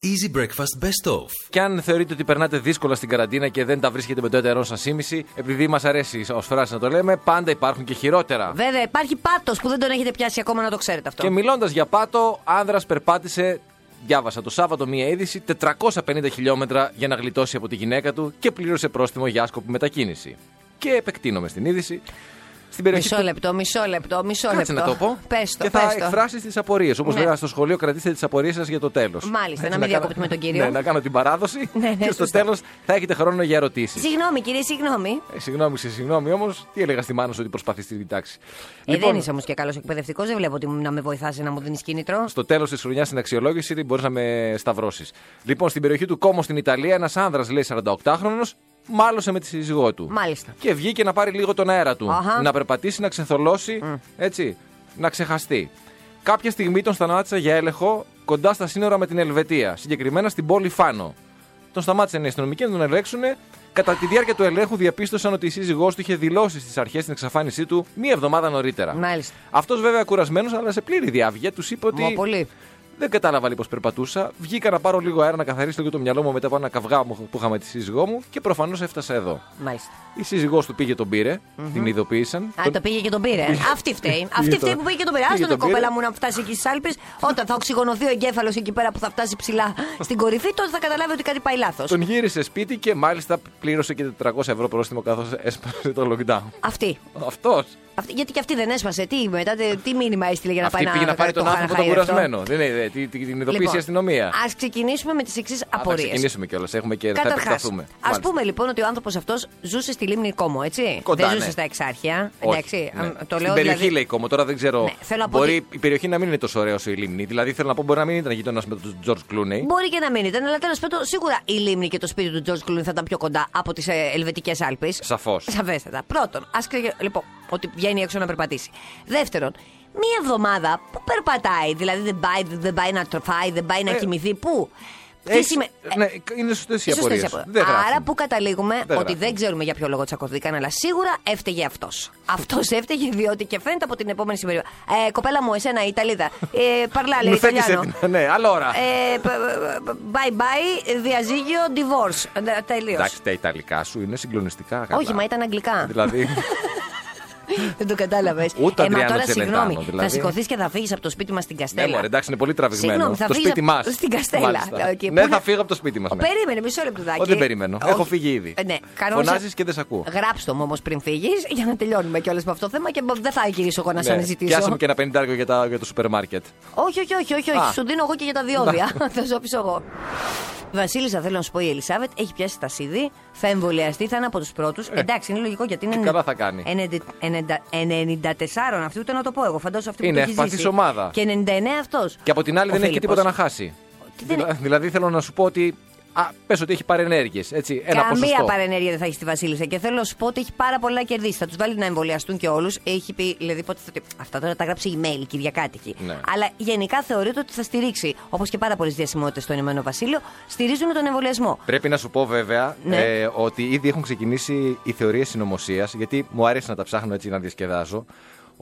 Easy Breakfast Best Of. Και αν θεωρείτε ότι περνάτε δύσκολα στην καραντίνα και δεν τα βρίσκετε με το έτερό σας ήμιση, επειδή μας αρέσει ω φράση να το λέμε, πάντα υπάρχουν και χειρότερα. Βέβαια, υπάρχει πάτος που δεν τον έχετε πιάσει ακόμα να το ξέρετε αυτό. Και μιλώντας για πάτο, άνδρας περπάτησε, διάβασα το Σάββατο μία είδηση, 450 χιλιόμετρα για να γλιτώσει από τη γυναίκα του και πλήρωσε πρόστιμο για άσκοπη μετακίνηση. Και επεκτείνομαι στην είδηση. Στην περιοχή Μισό του- λεπτό, μισό λεπτό, μισό Κάτσε λεπτό. να το πω. Πες το, και πες θα το. εκφράσεις τις απορίες. Όπως Ναι. λέγαμε στο σχολείο, κρατήστε τις απορίες σας για το τέλος. Μάλιστα, να μην διακόπτουμε τον κύριο. Ναι, να κάνω την παράδοση. Ναι, ναι, και στο σωστά. τέλος θα έχετε χρόνο για ερωτήσεις. Συγγνώμη, κύριε, συγγνώμη. Ε, συγγνώμη, σε συγγνώμη όμως, τι έλεγα στη μάνα σου ότι προσπαθεί στην τάξη. Ε, Λοιπόν. δεν είσαι όμως και καλός εκπαιδευτικός, δεν βλέπω ότι να με βοηθάσει να μου δίνεις κίνητρο. στο τέλος της χρονιάς στην αξιολόγηση μπορείς να με σταυρώσεις. Λοιπόν, στην περιοχή του Κόμο στην Ιταλία, ένας άνδρας, λέει 48χρονο, μάλωσε με τη σύζυγό του. Μάλιστα. Και βγήκε να πάρει λίγο τον αέρα του. Αχα. Να περπατήσει, να ξεθολώσει, έτσι, να ξεχαστεί. Κάποια στιγμή τον σταμάτησε για έλεγχο κοντά στα σύνορα με την Ελβετία, συγκεκριμένα στην πόλη Φάνο. Τον σταμάτησαν οι αστυνομικοί να τον ελέγξουν. Κατά τη διάρκεια του ελέγχου διαπίστωσαν ότι η σύζυγός του είχε δηλώσει στις αρχές την εξαφάνισή του μία εβδομάδα νωρίτερα. Μάλιστα. Αυτός βέβαια κουρασμένος, αλλά σε πλήρη διάβγεια, τους είπε ότι. Μα πολύ. Δεν κατάλαβα λίγο περπατούσα. Βγήκα να πάρω λίγο αέρα να καθαρίσω λίγο το μυαλό μου μετά από ένα καυγά μου που είχαμε τη σύζυγό μου και προφανώς έφτασα εδώ. Μάλιστα. Η σύζυγός του πήγε τον πήρε, την ειδοποίησαν. Α, Τον- το πήγε και τον πήρε. Αυτή φταίει. Αυτή Πήγε φταίει το- που πήγε και τον πήρε. πήγε Άστον, τον πήρε. κοπέλα μου, να φτάσει εκεί στις Άλπε. Όταν θα οξυγονωθεί ο εγκέφαλος εκεί πέρα που θα φτάσει ψηλά στην κορυφή, τότε θα καταλάβει ότι κάτι πάει λάθος. Τον γύρισε σπίτι και μάλιστα πλήρωσε και 400 ευρώ πρόστιμο καθώς έσπασε το lockdown. Αυτή. Αυτός. Αυτή- Γιατί και αυτή δεν έσπασε. Τι, μετά, τι- τι μήνυμα έστειλε για να Αυτή πάει πήγε να, να πάρει το τον άνθρωπο τον χαϊδευτό. κουρασμένο. Δεν είναι, την- την ειδοποίησε η αστυνομία. Ας Λοιπόν, ξεκινήσουμε με τις εξής Α, Θα απορίες. ξεκινήσουμε κιόλας. Έχουμε και θα Καταρχάς, επεκταθούμε. ας Μάλιστα. πούμε λοιπόν ότι ο άνθρωπος αυτός ζούσε στη λίμνη Κόμο, έτσι. Κοντά, δεν ναι. ζούσε στα εξάρχεια. Όχι, εντάξει, ναι. αν- το Στην λέω περιοχή δηλαδή. λέει κόμμα, τώρα δεν ξέρω. Ναι, θέλω να πω μπορεί η περιοχή να μην είναι τόσο ωραία όσο η λίμνη. Δηλαδή θέλω να πω μπορεί να μην ήταν γειτόνας με τον Τζορτ Κλούνεϊ. Μπορεί και να μην ήταν, αλλά τέλος πάντων σίγουρα η λίμνη και το σπίτι του Τζορτ Κλούνι θα ήταν πιο κοντά από τις Ελβετικέ Άλπε. Σαφώς. Σαφέστατα. Πρώτον, ας λοιπόν, ότι βγαίνει έξω να περπατήσει. Δεύτερον, μία εβδομάδα που περπατάει, δηλαδή δεν πάει, δεν πάει να τροφάει, δεν πάει να Ε, κοιμηθεί. Πού? Τι Έχεις- σημα- ε, Ναι, είναι σωστές οι σωστές απορίε. οι απορίες. Άρα που καταλήγουμε Δεν ότι γράφουν. δεν ξέρουμε για ποιο λόγο τσακωθήκαν, αλλά σίγουρα έφταιγε αυτός. Αυτός έφταιγε διότι και φαίνεται από την επόμενη συμπεριφορά. Ε, κοπέλα μου, εσένα η Ιταλίδα. Ε, παρλά, λέει Μου φέτησε Ιταλιάνο. την. Ναι, άλλο ώρα. Ε, π- π- bye bye, διαζύγιο, divorce. Τελείως. Εντάξει, τα ιταλικά σου είναι συγκλονιστικά. καλά. Όχι, μα ήταν αγγλικά. Δηλαδή. Δεν το κατάλαβες. Ούτε ε, μα Αντριάνος τώρα Τσελεντάνο, συγγνώμη, δηλαδή. θα σηκωθείς και θα φύγεις από το σπίτι μας στην Ναι, Καστέλα. μωρέ, εντάξει, είναι πολύ τραβηγμένο. Συγγνώμη, θα το φύγεις σπίτι από- μας. Στην Καστέλα. Εκεί, Ναι, θα πού είναι- φύγω από το σπίτι μας. Ο, Περίμενε, μισό λεπτουδάκι. Όχι, δεν περιμένω. Όχι. Έχω φύγει ήδη. Ε, Ναι, κανόνισα- Φωνάζεις και δεν σ' ακούω. Γράψτε μου όμως πριν φύγεις για να τελειώνουμε κιόλας με αυτό το θέμα και μπο- δεν θα γυρίσω εγώ να σε Και άσε αναζητήσω. μου Ναι. και ένα πενιντάρικο για, τα- για το σούπερ μάρκετ. Όχι, όχι, όχι, όχι, όχι. Α. Σου δίνω εγώ και για τα διόδια. θα σου αφήσω εγώ. Βασίλισσα, θέλω να σου πω, η Ελισάβετ έχει πιάσει τα σίδη, θα εμβολιαστεί, θα είναι από τους πρώτους. Εντάξει, είναι λογικό γιατί είναι. Και Ε. καλά θα κάνει. 90 94 αυτή, ούτε να το πω εγώ. Φαντάζομαι αυτή Είναι που το έχεις ευπαθής ζήσει. ομάδα. Και 99 αυτός. Και από την άλλη δεν έχει και τίποτα να χάσει. Τι δεν- Δηλα- Δηλαδή θέλω να σου πω ότι. Α, πες ότι έχει παρενέργειε. Έτσι, ένα Καμία ποσοστό. παρενέργεια δεν θα έχει στη Βασίλισσα. Και θέλω να σου πω ότι έχει πάρα πολλά να κερδίσει. Θα τους βάλει να εμβολιαστούν και όλους. Έχει πει, δηλαδή, πότε θα... αυτά τώρα τα γράψει email η Κυριακάτικη. Ναι. Αλλά γενικά θεωρείται ότι θα στηρίξει, όπως και πάρα πολλές διασημότητες στο Ηνωμένο Βασίλειο, στηρίζουν τον εμβολιασμό. Πρέπει να σου πω βέβαια Ναι. ε, ότι ήδη έχουν ξεκινήσει οι θεωρίες συνωμοσίας, γιατί μου αρέσει να τα ψάχνω έτσι να διασκεδάζω.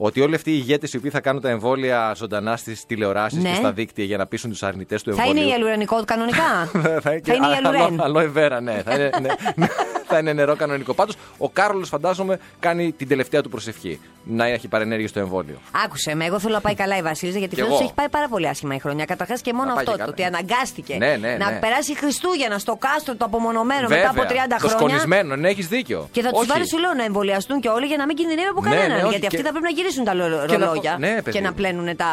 Ότι όλοι αυτοί οι ηγέτες οι οποίοι θα κάνουν τα εμβόλια ζωντανά στις τηλεοράσεις Ναι. και στα δίκτυα για να πείσουν τους αρνητές του Θα εμβολίου. είναι η αλουρανικό κανονικά. θα είναι η αλουρέν. Αλό εβέρα, ναι. Θα είναι, ναι. θα είναι νερό κανονικό. Πάντως, ο Κάρολο, φαντάζομαι, κάνει την τελευταία του προσευχή. Να έχει παρενέργεια στο εμβόλιο. Άκουσε με, εγώ θέλω να πάει καλά η Βασίλισσα γιατί Κι φέτο εγώ. έχει πάει πάρα πολύ άσχημα η χρονιά. Καταρχάς και μόνο Να πάει αυτό, και το καλά. ότι αναγκάστηκε Ναι, ναι, να ναι. περάσει Χριστούγεννα στο κάστρο το απομονωμένο Βέβαια, μετά από 30 Το χρόνια. σκονισμένο, ναι, έχεις δίκιο. Και θα τους Όχι. βάλει, σου λέω, να εμβολιαστούν και όλοι για να μην κινδυνεύει από Ναι, κανέναν. ναι, όχι, γιατί αυτοί και- θα πρέπει να γυρίσουν τα λο- και να- ρολόγια ναι, και παιδί να μου. πλένουν τα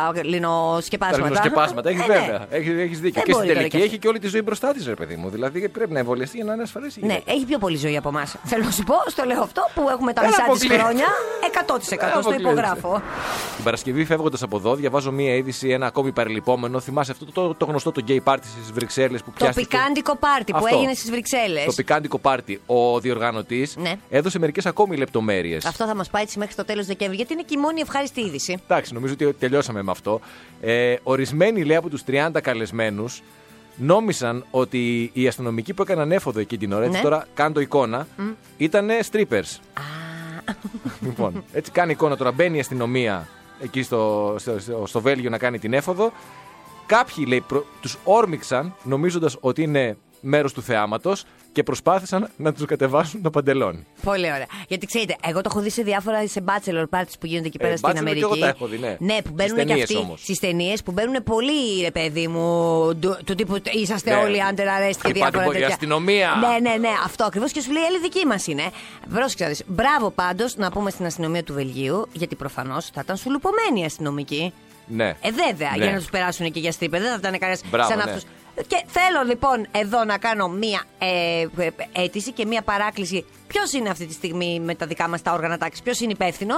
λινοσκεπάσματα. Τα ρινοσκεπάσματα. Έχεις Ε, ναι. βέβαια. Έχεις έχεις δίκιο. Δεν και στην μπορεί τώρα τελική κι αυτή. έχει και όλη τη ζωή μπροστά της, ρε παιδί μου. Δηλαδή πρέπει να εμβολιαστεί για να είναι ασφαλής. η Ναι, γυναίκα. έχει πιο πολύ ζωή από εμάς. Θέλω να σου πω, στο λέω αυτό που έχουμε τα Δεν μισά της αποκλείεται. χρόνια. Δεν 100% στο αποκλείεται. υπογράφω. Την Παρασκευή, φεύγοντας από εδώ, διαβάζω μία είδηση, ένα ακόμη παρελειπόμενο. Θυμάσαι αυτό το, το, γνωστό το gay party στις Βρυξέλλες που Το πιάστηκε. πικάντικο πάρτι που Αυτό. έγινε στις Βρυξέλλες. Το πικάντικο πάρτι. Ο διοργανωτής Ναι. έδωσε μερικές ακόμη λεπτομέρειες. Αυτό θα μας πάει έτσι μέχρι το τέλος Δεκέμβρη, γιατί είναι και η μόνη ευχάριστη είδηση. Εντάξει, νομίζω ότι τελειώσαμε με αυτό. Ε, ορισμένοι λέει από τους 30 καλεσμένους νόμισαν ότι οι αστυνομικοί που έκαναν έφοδο εκεί την ώρα, έτσι Ναι. τώρα κάνω το εικόνα, ήταν strippers. λοιπόν, έτσι κάνει εικόνα τώρα. Μπαίνει η αστυνομία εκεί στο, στο, στο, στο Βέλγιο να κάνει την έφοδο. Κάποιοι, λέει, προ... τους όρμηξαν νομίζοντας ότι είναι μέρος του θεάματος και προσπάθησαν να τους κατεβάσουν το παντελόνι. Πολύ ωραία. Γιατί ξέρετε, εγώ το έχω δει σε διάφορα σε bachelor parties που γίνονται εκεί πέρα Ε, bachelor στην και Αμερική. εγώ τα έχω δει, ναι. που Στις μπαίνουν και ταινίες αυτοί όμως. στις ταινίες που μπαίνουν πολύ, ρε παιδί μου. Του, του τύπου είσαστε Ναι. όλοι άντερ αρέστη και Χτυπάτε διάφορα πόδια, τέτοια. αστυνομία. Ναι, ναι, ναι, αυτό ακριβώς. Και σου λέει, η δική μας είναι. Πρόσεξε να δεις. Μπράβο πάντως να πούμε στην αστυνομία του Βελγίου, γιατί προφανώς θα ήταν σουλουπωμένοι οι αστυνομικοί. Ναι. Ε, βέβαια, Ναι. για να τους περάσουν και για στρίπε. Δεν θα ήταν κανένας Μπράβο, σαν ναι. αυτούς. Και θέλω λοιπόν εδώ να κάνω μία ε, ε, αίτηση και μία παράκληση. Ποιος είναι αυτή τη στιγμή με τα δικά μας τα όργανα τάξης, ποιος είναι υπεύθυνος.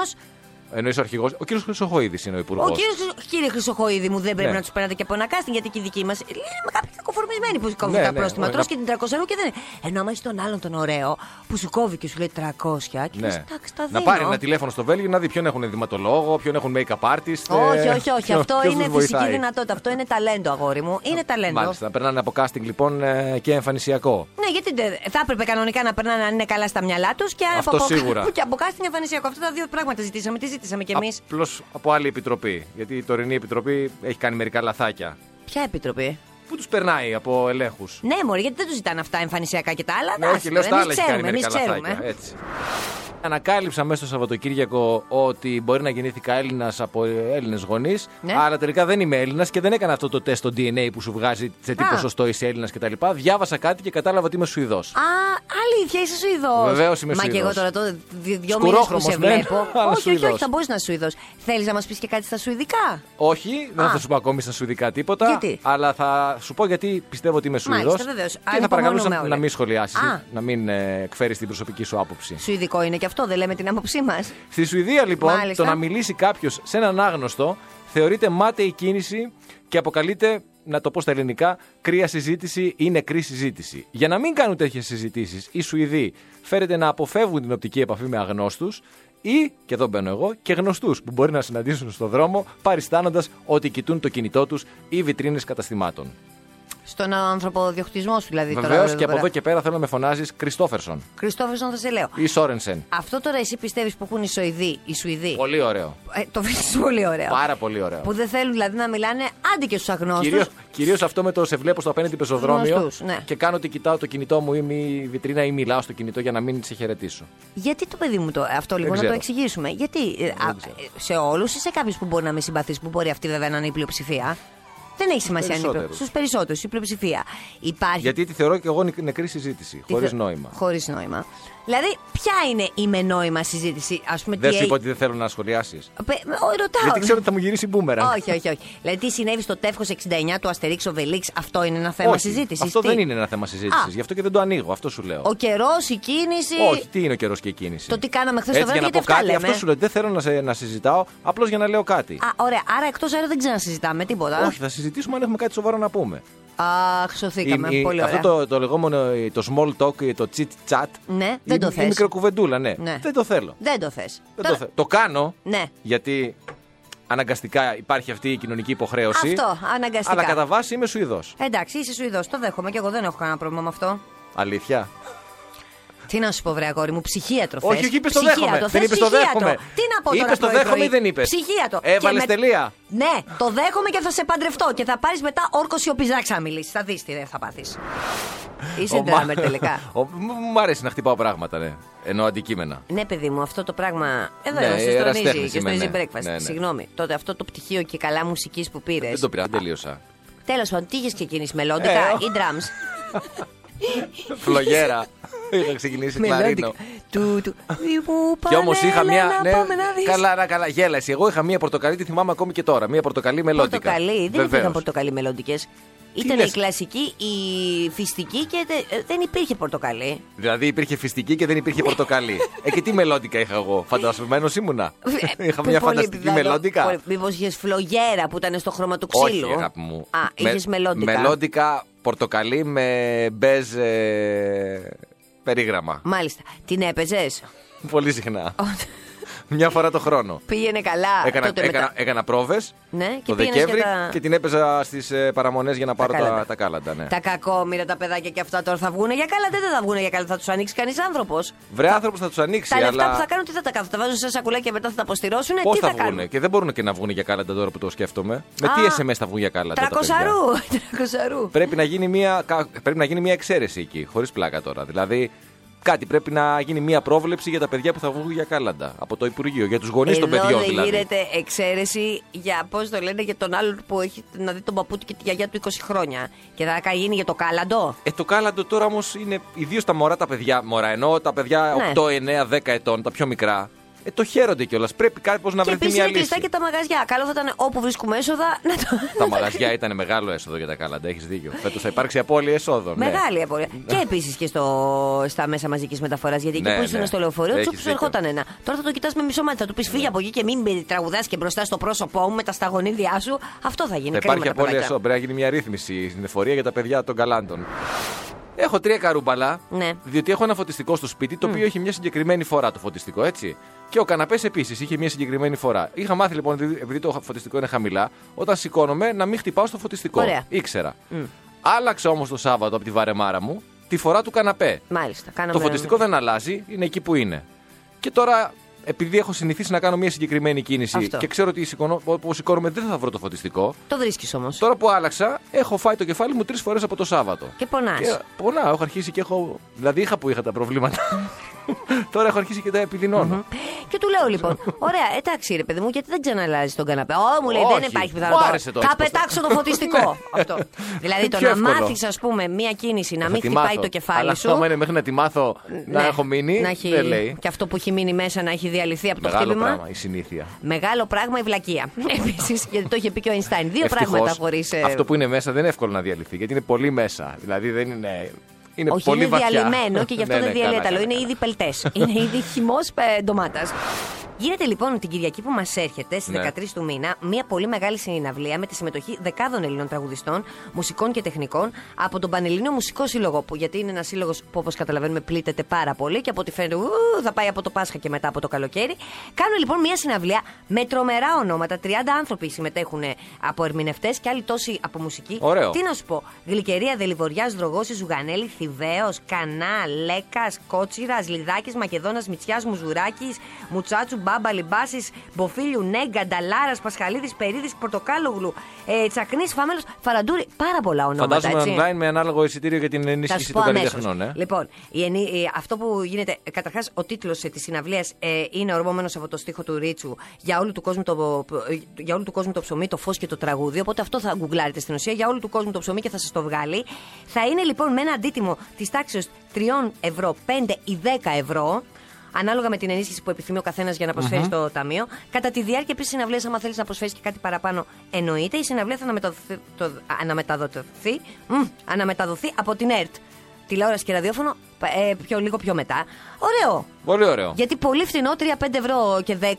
Εννοείς ο αρχηγός. Ο κύριος Χρυσοχοίδης είναι ο υπουργός. Ο κύριος, Χρυσο- κύριε Χρυσοχοίδη μου, δεν πρέπει Ναι. να τους περνάτε και από ένα casting, γιατί και οι δικοί μας είναι κάποιοι κακοφορμισμένοι που σου κόβουν Ναι, τα ναι, πρόστιμα. ωραία. Τρως και την 300 ευρώ και δεν. είναι. Ενώ άμα είσαι τον άλλον τον ωραίο που σου κόβει και σου λέει 300 και λες, «Εντάξει, τα Ναι. να δίνω». πάρει ένα τηλέφωνο στο Βέλγιο να δει ποιον έχουν ενδυματολόγο, ποιον έχουν make-up artist. Όχι, ε, όχι, όχι. ποιο- Αυτό ποιος είναι τους φυσική βοηθάει. δυνατότητα. Αυτό είναι ταλέντο, αγόρι μου. Είναι ταλέντο. Μάλιστα, να περνάνε από casting λοιπόν ε, και εμφανισιακό. Ναι, γιατί δεν- θα έπρεπε κανονικά να περνάνε αν είναι καλά στα μυαλά τους και Αυτό από, σίγουρα. Και από casting εμφανισιακό. Αυτά τα δύο πράγματα ζητήσαμε. Τι ζητήσαμε κι εμείς. Απλώς από άλλη επιτροπή. Γιατί η τωρινή επιτροπή έχει κάνει μερικά λαθάκια. Ποια επιτροπή. Πού τους περνάει από ελέγχους. Ναι, Μωρή, γιατί δεν τους ζητάνε αυτά εμφανισιακά και τα άλλα. Ναι, Να, όχι, λέω στα εμείς άλλα έχει κάνει ξέρουμε, εμείς μερικά λαθάκια. ξέρουμε. Έτσι. Ανακάλυψα μέσα στο Σαββατοκύριακο ότι μπορεί να γεννήθηκα Έλληνας από Έλληνες γονείς, Ναι. αλλά τελικά δεν είμαι Έλληνας και δεν έκανα αυτό το τεστ στο DNA που σου βγάζει σε τι Α. ποσοστό είσαι Έλληνας κτλ. Διάβασα κάτι και κατάλαβα ότι είμαι Σουηδός. Α, αλήθεια, είσαι Σουηδός. Βεβαίως είμαι Μα και Σουηδός. εγώ τώρα το δυ- δυο μήνες που σε Σκουρόχρωμος, ναι, βλέπω. αλλά όχι, όχι, όχι, Σουηδός. θα μπορείς να είσαι Σουηδός. Θέλεις να μας πεις και κάτι στα Σουηδικά. Όχι, δεν Α. θα σου πω ακόμη στα Σουηδικά τίποτα. Γιατί? Αλλά θα σου πω γιατί πιστεύω ότι είμαι Σουηδό. Μάλιστα, βεβαίως. Και θα Ανυπομονούμε παρακαλούσα όλοι. να μην σχολιάσεις, Α. να μην εκφέρεις την προσωπική σου άποψη. Σουηδικό είναι και αυτό, δεν λέμε την άποψή μας. Στη Σουηδία, λοιπόν, Μάλιστα. το να μιλήσει κάποιος σε έναν άγνωστο θεωρείται μάταιη κίνηση και αποκαλείται, να το πω στα ελληνικά, κρύα συζήτηση ή νεκρή συζήτηση. Για να μην κάνουν τέτοιες συζητήσεις, οι Σουηδοί φέρεται να αποφεύγουν την οπτική επαφή με αγνώστους ή, και εδώ μπαίνω εγώ, και γνωστούς που μπορεί να συναντήσουν στον δρόμο παριστάνοντας ότι κοιτούν το κινητό τους ή βιτρίνες καταστημάτων. Στον ανθρωποδιοκτισμό σου δηλαδή τώρα. Βεβαίως και από εδώ και πέρα θέλω να με φωνάζεις Κριστόφερσον Χριστόφερσον θα σε λέω. ή Σόρενσεν. Αυτό τώρα εσύ πιστεύεις που έχουν οι Σουηδοί. Οι Σουηδοί. Πολύ ωραίο. Ε, το βρίσκει πολύ ωραίο. Πάρα πολύ ωραίο. Που δεν θέλουν δηλαδή να μιλάνε άντε και στους Κυρίως, αγνώστους. κυρίως αυτό με το σε βλέπω στο απέναντι πεζοδρόμιο Γνωστούς, ναι. και κάνω ότι κοιτάω το κινητό μου ή μη βιτρίνα ή μιλάω στο κινητό για να μην σε χαιρετήσω. Γιατί το παιδί μου το, αυτό λίγο να ξέρω. το εξηγήσουμε. Γιατί ε, α, ε, σε όλους ή σε κάποιου που μπορεί να με συμπαθείς, που μπορεί αυτή βέβαια να είναι η πλειοψηφία. Δεν έχει σημασία αν είναι. περισσότερους. Στους περισσότερους, η πλειοψηφία. Υπάρχει. Γιατί τη θεωρώ και εγώ νε- νεκρή συζήτηση, χωρί νόημα. Χωρίς νόημα. Δηλαδή, ποια είναι η με νόημα συζήτηση, ας πούμε. Δεν τι σου είπα έ- ότι δεν θέλω να σχολιάσεις. Πε- με- ό, Ρωτάω. Γιατί ξέρω ότι θα μου γυρίσει μπούμερα. όχι, όχι, όχι. Δηλαδή, τι συνέβη στο τεύχος 69 του Αστερίξο Βελίξ, αυτό είναι ένα θέμα συζήτησης. Αυτό δεν είναι ένα θέμα συζήτησης. Α. Γι' αυτό και δεν το ανοίγω. Αυτό σου λέω. Ο καιρός, η κίνηση. Όχι, τι είναι ο καιρός και η κίνηση. Το τι κάναμε χθες το Έτσι, βράδυ, για να γιατί πω αυτά κάτι, λέμε. αυτό σου λέω. Δεν θέλω να, σε, να συζητάω, απλώς για να λέω κάτι. Α, ωραία. Άρα εκτός αέρα δεν ξανασυζητάμε τίποτα. Όχι, θα συζητήσουμε αν έχουμε κάτι σοβαρό να πούμε. Αχ, σωθήκαμε. Η- η- Πολύ ωραία. αυτό το, το λεγόμενο ε, το small talk, ε, το chit chat. Ναι, δεν το Η θες. μικροκουβεντούλα, ναι. Ναι. Δεν το θέλω. Δεν το θες. Δεν το, θέλω. το κάνω Ναι. γιατί αναγκαστικά υπάρχει αυτή η κοινωνική υποχρέωση. Αυτό, αναγκαστικά. Αλλά κατά βάση είμαι Σουηδός. Εντάξει, είσαι Σουηδός. Το δέχομαι και εγώ δεν έχω κανένα πρόβλημα με αυτό. Αλήθεια. Τι να σου πω, βρε αγόρι μου, ψυχίατρο θες. Όχι, όχι, είπες το δέχομαι. Θες Δεν είπες το ψυχίατρο. δέχομαι. Τι να πω τώρα. Είπες το πρωί-πρωί. δέχομαι ή δεν είπες? Ψυχίατρο. Έβαλες Και τελεία. Ναι, το δέχομαι και θα σε παντρευτώ και θα πάρεις μετά όρκος σιωπιζάξα να μιλήσει. Θα δεις τι δεν θα πάθεις. Είσαι Ο Μα- ντράμερ τελικά. Ο- Μου μου αρέσει να χτυπάω πράγματα, ναι. Ενώ αντικείμενα. Ναι, παιδί μου, αυτό το πράγμα. Εδώ Ναι, ναι, η στο εραστέχνης Easy και στο είμαι, Easy ναι. Breakfast. Ναι, ναι. Συγγνώμη. Τότε αυτό το πτυχίο και καλά μουσικής που πήρες. Δεν το πειράζει, τελείωσα. Τέλος πάντων, τι είχες ξεκινήσει, μελόντικα Ε, ή drums. Φλογέρα. Είχα ξεκινήσει κλαρίνο. Του, του. Δι μου Κι όμως είχα πανέλα μια. να ναι, πάμε να δεις. καλά, να, καλά, γέλαση. Εγώ είχα μια πορτοκαλί, τη θυμάμαι ακόμη και τώρα. Μια πορτοκαλί μελόντικα. Πορτοκαλί. Δεν υπήρχαν Βεβαίως. πορτοκαλί μελλοντικέ. Ήταν η λες? κλασική, η φυστική και δε- ε, δεν υπήρχε πορτοκαλί. Δηλαδή υπήρχε φυστική και δεν υπήρχε πορτοκαλί. ε, και τι μελόντικα είχα εγώ. Φαντασμένος ήμουνα. είχα μια φανταστική μελόντικα. Μήπως είχες φλογέρα που ήταν στο χρώμα του ξύλου. Όχι, αγάπη μου. Α, Με- είχες μελλοντικά. Μελόντικα πορτοκαλί με μπέζ ε, περίγραμμα. Μάλιστα. Την έπαιζες. Πολύ συχνά. Μια φορά το χρόνο. Πήγαινε καλά. Έκανα, τότε έκανα, μετά. έκανα πρόβες Ναι, και το πήγαινες Δεκέμβρη και τα- και την έπαιζα στις παραμονές για να πάρω κάλαντα. τα, τα κάλαντα. Ναι. Τα κακόμοιρα τα παιδάκια και αυτά τώρα θα βγουν για καλά. Δεν θα βγουν για καλά, θα τους ανοίξει κανείς άνθρωπος. Βρε άνθρωπος θα τους ανοίξει, Τα λεφτά αλλά που θα κάνουν, τι θα τα κάνουν. Θα τα βάζουν σε σακουλάκια και μετά θα τα αποστηρώσουν. πώς τι θα, θα, βγουνε. κάνουν. Και δεν μπορούν και να βγουν για κάλαντα τώρα που το σκέφτομαι. Με Α, τι SMS θα βγουν για κάλαντα. τα παιδιά. Τρακοσαρού. Τρακοσαρού. Πρέπει να, γίνει μια, κα- πρέπει να γίνει μια εξαίρεση εκεί, χωρίς πλάκα τώρα. Δηλαδή, κάτι πρέπει να γίνει μια πρόβλεψη για τα παιδιά που θα βγουν για κάλαντα. Από το Υπουργείο, για τους γονείς Εδώ των παιδιών δεν δηλαδή. γίνεται εξαίρεση για πώς το λένε για τον άλλον που έχει να δει τον παππού του και τη γιαγιά του 20 χρόνια. Και θα κα- γίνει για το κάλαντο. Ε, το κάλαντο τώρα όμως είναι ιδίως τα μωρά τα παιδιά. Μωρά ενώ τα παιδιά Ναι. 8, 9, 10 ετών, τα πιο μικρά. Ε, το χαίρονται κιόλας. Πρέπει κάπως να και βρεθεί επίσης μια είναι λύση. κλειστά και τα μαγαζιά. Καλό θα ήταν όπου βρίσκουμε έσοδα να το. Τα μαγαζιά ήταν μεγάλο έσοδο για τα κάλαντα, έχεις δίκιο. Φέτος θα υπάρξει απώλεια εσόδων. ναι. Μεγάλη απορία. και επίσης και στο, στα μέσα μαζικής μεταφοράς. Γιατί εκεί Ναι, που ήσουν ναι. στο λεωφορείο, Έχεις του τους δίκιο. ερχόταν ένα. Τώρα θα το κοιτάς με μισό μάτι. Θα του πεις φύγε από εκεί και μην τραγουδάς και μπροστά στο πρόσωπό μου με τα σταγονίδια σου. Αυτό θα γίνει. Θα Κρίμα υπάρχει τα απώλεια παιδάκια. εσόδων. Πρέπει να γίνει μια ρύθμιση στην εφορία για τα παιδιά των καλάντων. Έχω τρία καρούμπαλα. Ναι. Διότι έχω ένα φωτιστικό στο σπίτι το οποίο έχει μια συγκεκριμένη φορά το φωτιστικό, έτσι. Και ο καναπές επίσης είχε μια συγκεκριμένη φορά. Είχα μάθει λοιπόν, επειδή- επειδή το φωτιστικό είναι χαμηλά, όταν σηκώνομαι να μην χτυπάω στο φωτιστικό. Ωραία. Ήξερα. Άλλαξα όμως το Σάββατο από τη βαρεμάρα μου τη φορά του καναπέ. Μάλιστα. Κάναμε... Το φωτιστικό δεν αλλάζει, είναι εκεί που είναι. Και τώρα, επειδή έχω συνηθίσει να κάνω μια συγκεκριμένη κίνηση Αυτό. και ξέρω ότι σηκώνω, όπως σηκώνομαι δεν θα βρω το φωτιστικό, Το βρίσκεις όμως. Τώρα που άλλαξα, έχω φάει το κεφάλι μου τρεις φορές από το Σάββατο. Και πονάς. Και πονάω, έχω αρχίσει και έχω. Δηλαδή είχα που είχα τα προβλήματα. Τώρα έχω αρχίσει και τα επιδεινωνω Και του λέω λοιπόν, ωραία, εντάξει ρε παιδί μου, γιατί δεν ξαναλάζει τον καναπέ. Ω, μου λέει, Όχι, δεν υπάρχει μου πιθανότητα. άρεσε το Θα έτσι πως το- πετάξω το φωτιστικό. Αυτό. Δηλαδή το Πιο να εύκολο. μάθεις, ας πούμε, μία κίνηση να μην τη χτυπάει μάθω. το Αλλά κεφάλι Αυτό σου. άμα είναι μέχρι να τη μάθω να Ναι, έχω μείνει. να έχει- Δεν λέει. Και αυτό που έχει μείνει μέσα να έχει διαλυθεί από το Μεγάλο χτύπημα. πράγμα η συνήθεια. Μεγάλο πράγμα η βλακεία. Επίσης, γιατί το είχε πει και ο Einstein. Δύο Ευτυχώς, πράγματα ε, χωρί. Αυτό που είναι μέσα δεν είναι εύκολο να διαλυθεί γιατί είναι πολύ μέσα. Δηλαδή δεν είναι. Είναι Όχι, πολύ είναι βαθιά. διαλυμένο και γι' αυτό Ναι, δεν ναι, διαλύεται. καλά, άλλο. Είναι καλά. ήδη πελτές. είναι ήδη χυμός ντομάτας. Γίνεται λοιπόν την Κυριακή που μας έρχεται, στις Ναι. 13 του μήνα, μια πολύ μεγάλη συναυλία με τη συμμετοχή δεκάδων Ελλήνων τραγουδιστών, μουσικών και τεχνικών από τον Πανελλήνιο Μουσικό Σύλλογο. Που, γιατί είναι ένας σύλλογος που, όπως καταλαβαίνουμε, πλήττεται πάρα πολύ και από ό,τι φαίνεται, ου, θα πάει από το Πάσχα και μετά από το καλοκαίρι. Κάνουν λοιπόν μια συναυλία με τρομερά ονόματα. 30 άνθρωποι συμμετέχουν από ερμηνευτές και άλλοι τόσοι από μουσική. Ωραίο. Τι να σου πω. Γλυκερία, Δελιβοριάς, Δρογόση, Ζουγανέλη, Θηβαίος, Κανά, Λέκας, Κότσιρας, Λιδάκης, Μακεδόνας, Μητσιά, Μουζουράκης, Μουτσάτσου, Μπάμπα, Λιμπάση, Μποφίλιου, Νέγκα, Νταλάρας, Πασχαλίδης, Περίδης, Πορτοκάλογλου, ε, Τσακνής, Φάμελο, Φαραντούρη. Πάρα πολλά ονόματα. Φαντάζομαι έτσι. online με ανάλογο εισιτήριο για την Θα σου ενίσχυση πω των αμέσως. καλλιτεχνών. ε. Λοιπόν, η ενή- η- αυτό που γίνεται. Καταρχάς, ο τίτλος της συναυλίας ε, είναι ορμόμενος από το στίχο του Ρίτσου για όλου του, κόσμου το, ε, για όλου του κόσμου το ψωμί, το φως και το τραγούδι. Οπότε αυτό θα γκουγκλάρετε στην ουσία για όλου του κόσμου το ψωμί και θα σας το βγάλει. Θα είναι λοιπόν με ένα αντίτιμο της τάξης 3 ευρώ, 5 ή 10 ευρώ. Ανάλογα με την ενίσχυση που επιθυμεί ο καθένας για να προσφέρει στο ταμείο. Κατά τη διάρκεια επίσης συναυλίας, άμα θέλεις να προσφέρεις και κάτι παραπάνω, εννοείται. Η συναυλία θα αναμεταδοθεί, το- αναμεταδοτηθεί- μμ, αναμεταδοθεί από την ΕΡΤ τηλεόραση και ραδιόφωνο ε, πιο, λίγο πιο μετά. Ωραίο. Πολύ ωραίο. Γιατί πολύ φθηνό, 3-5 ευρώ και 10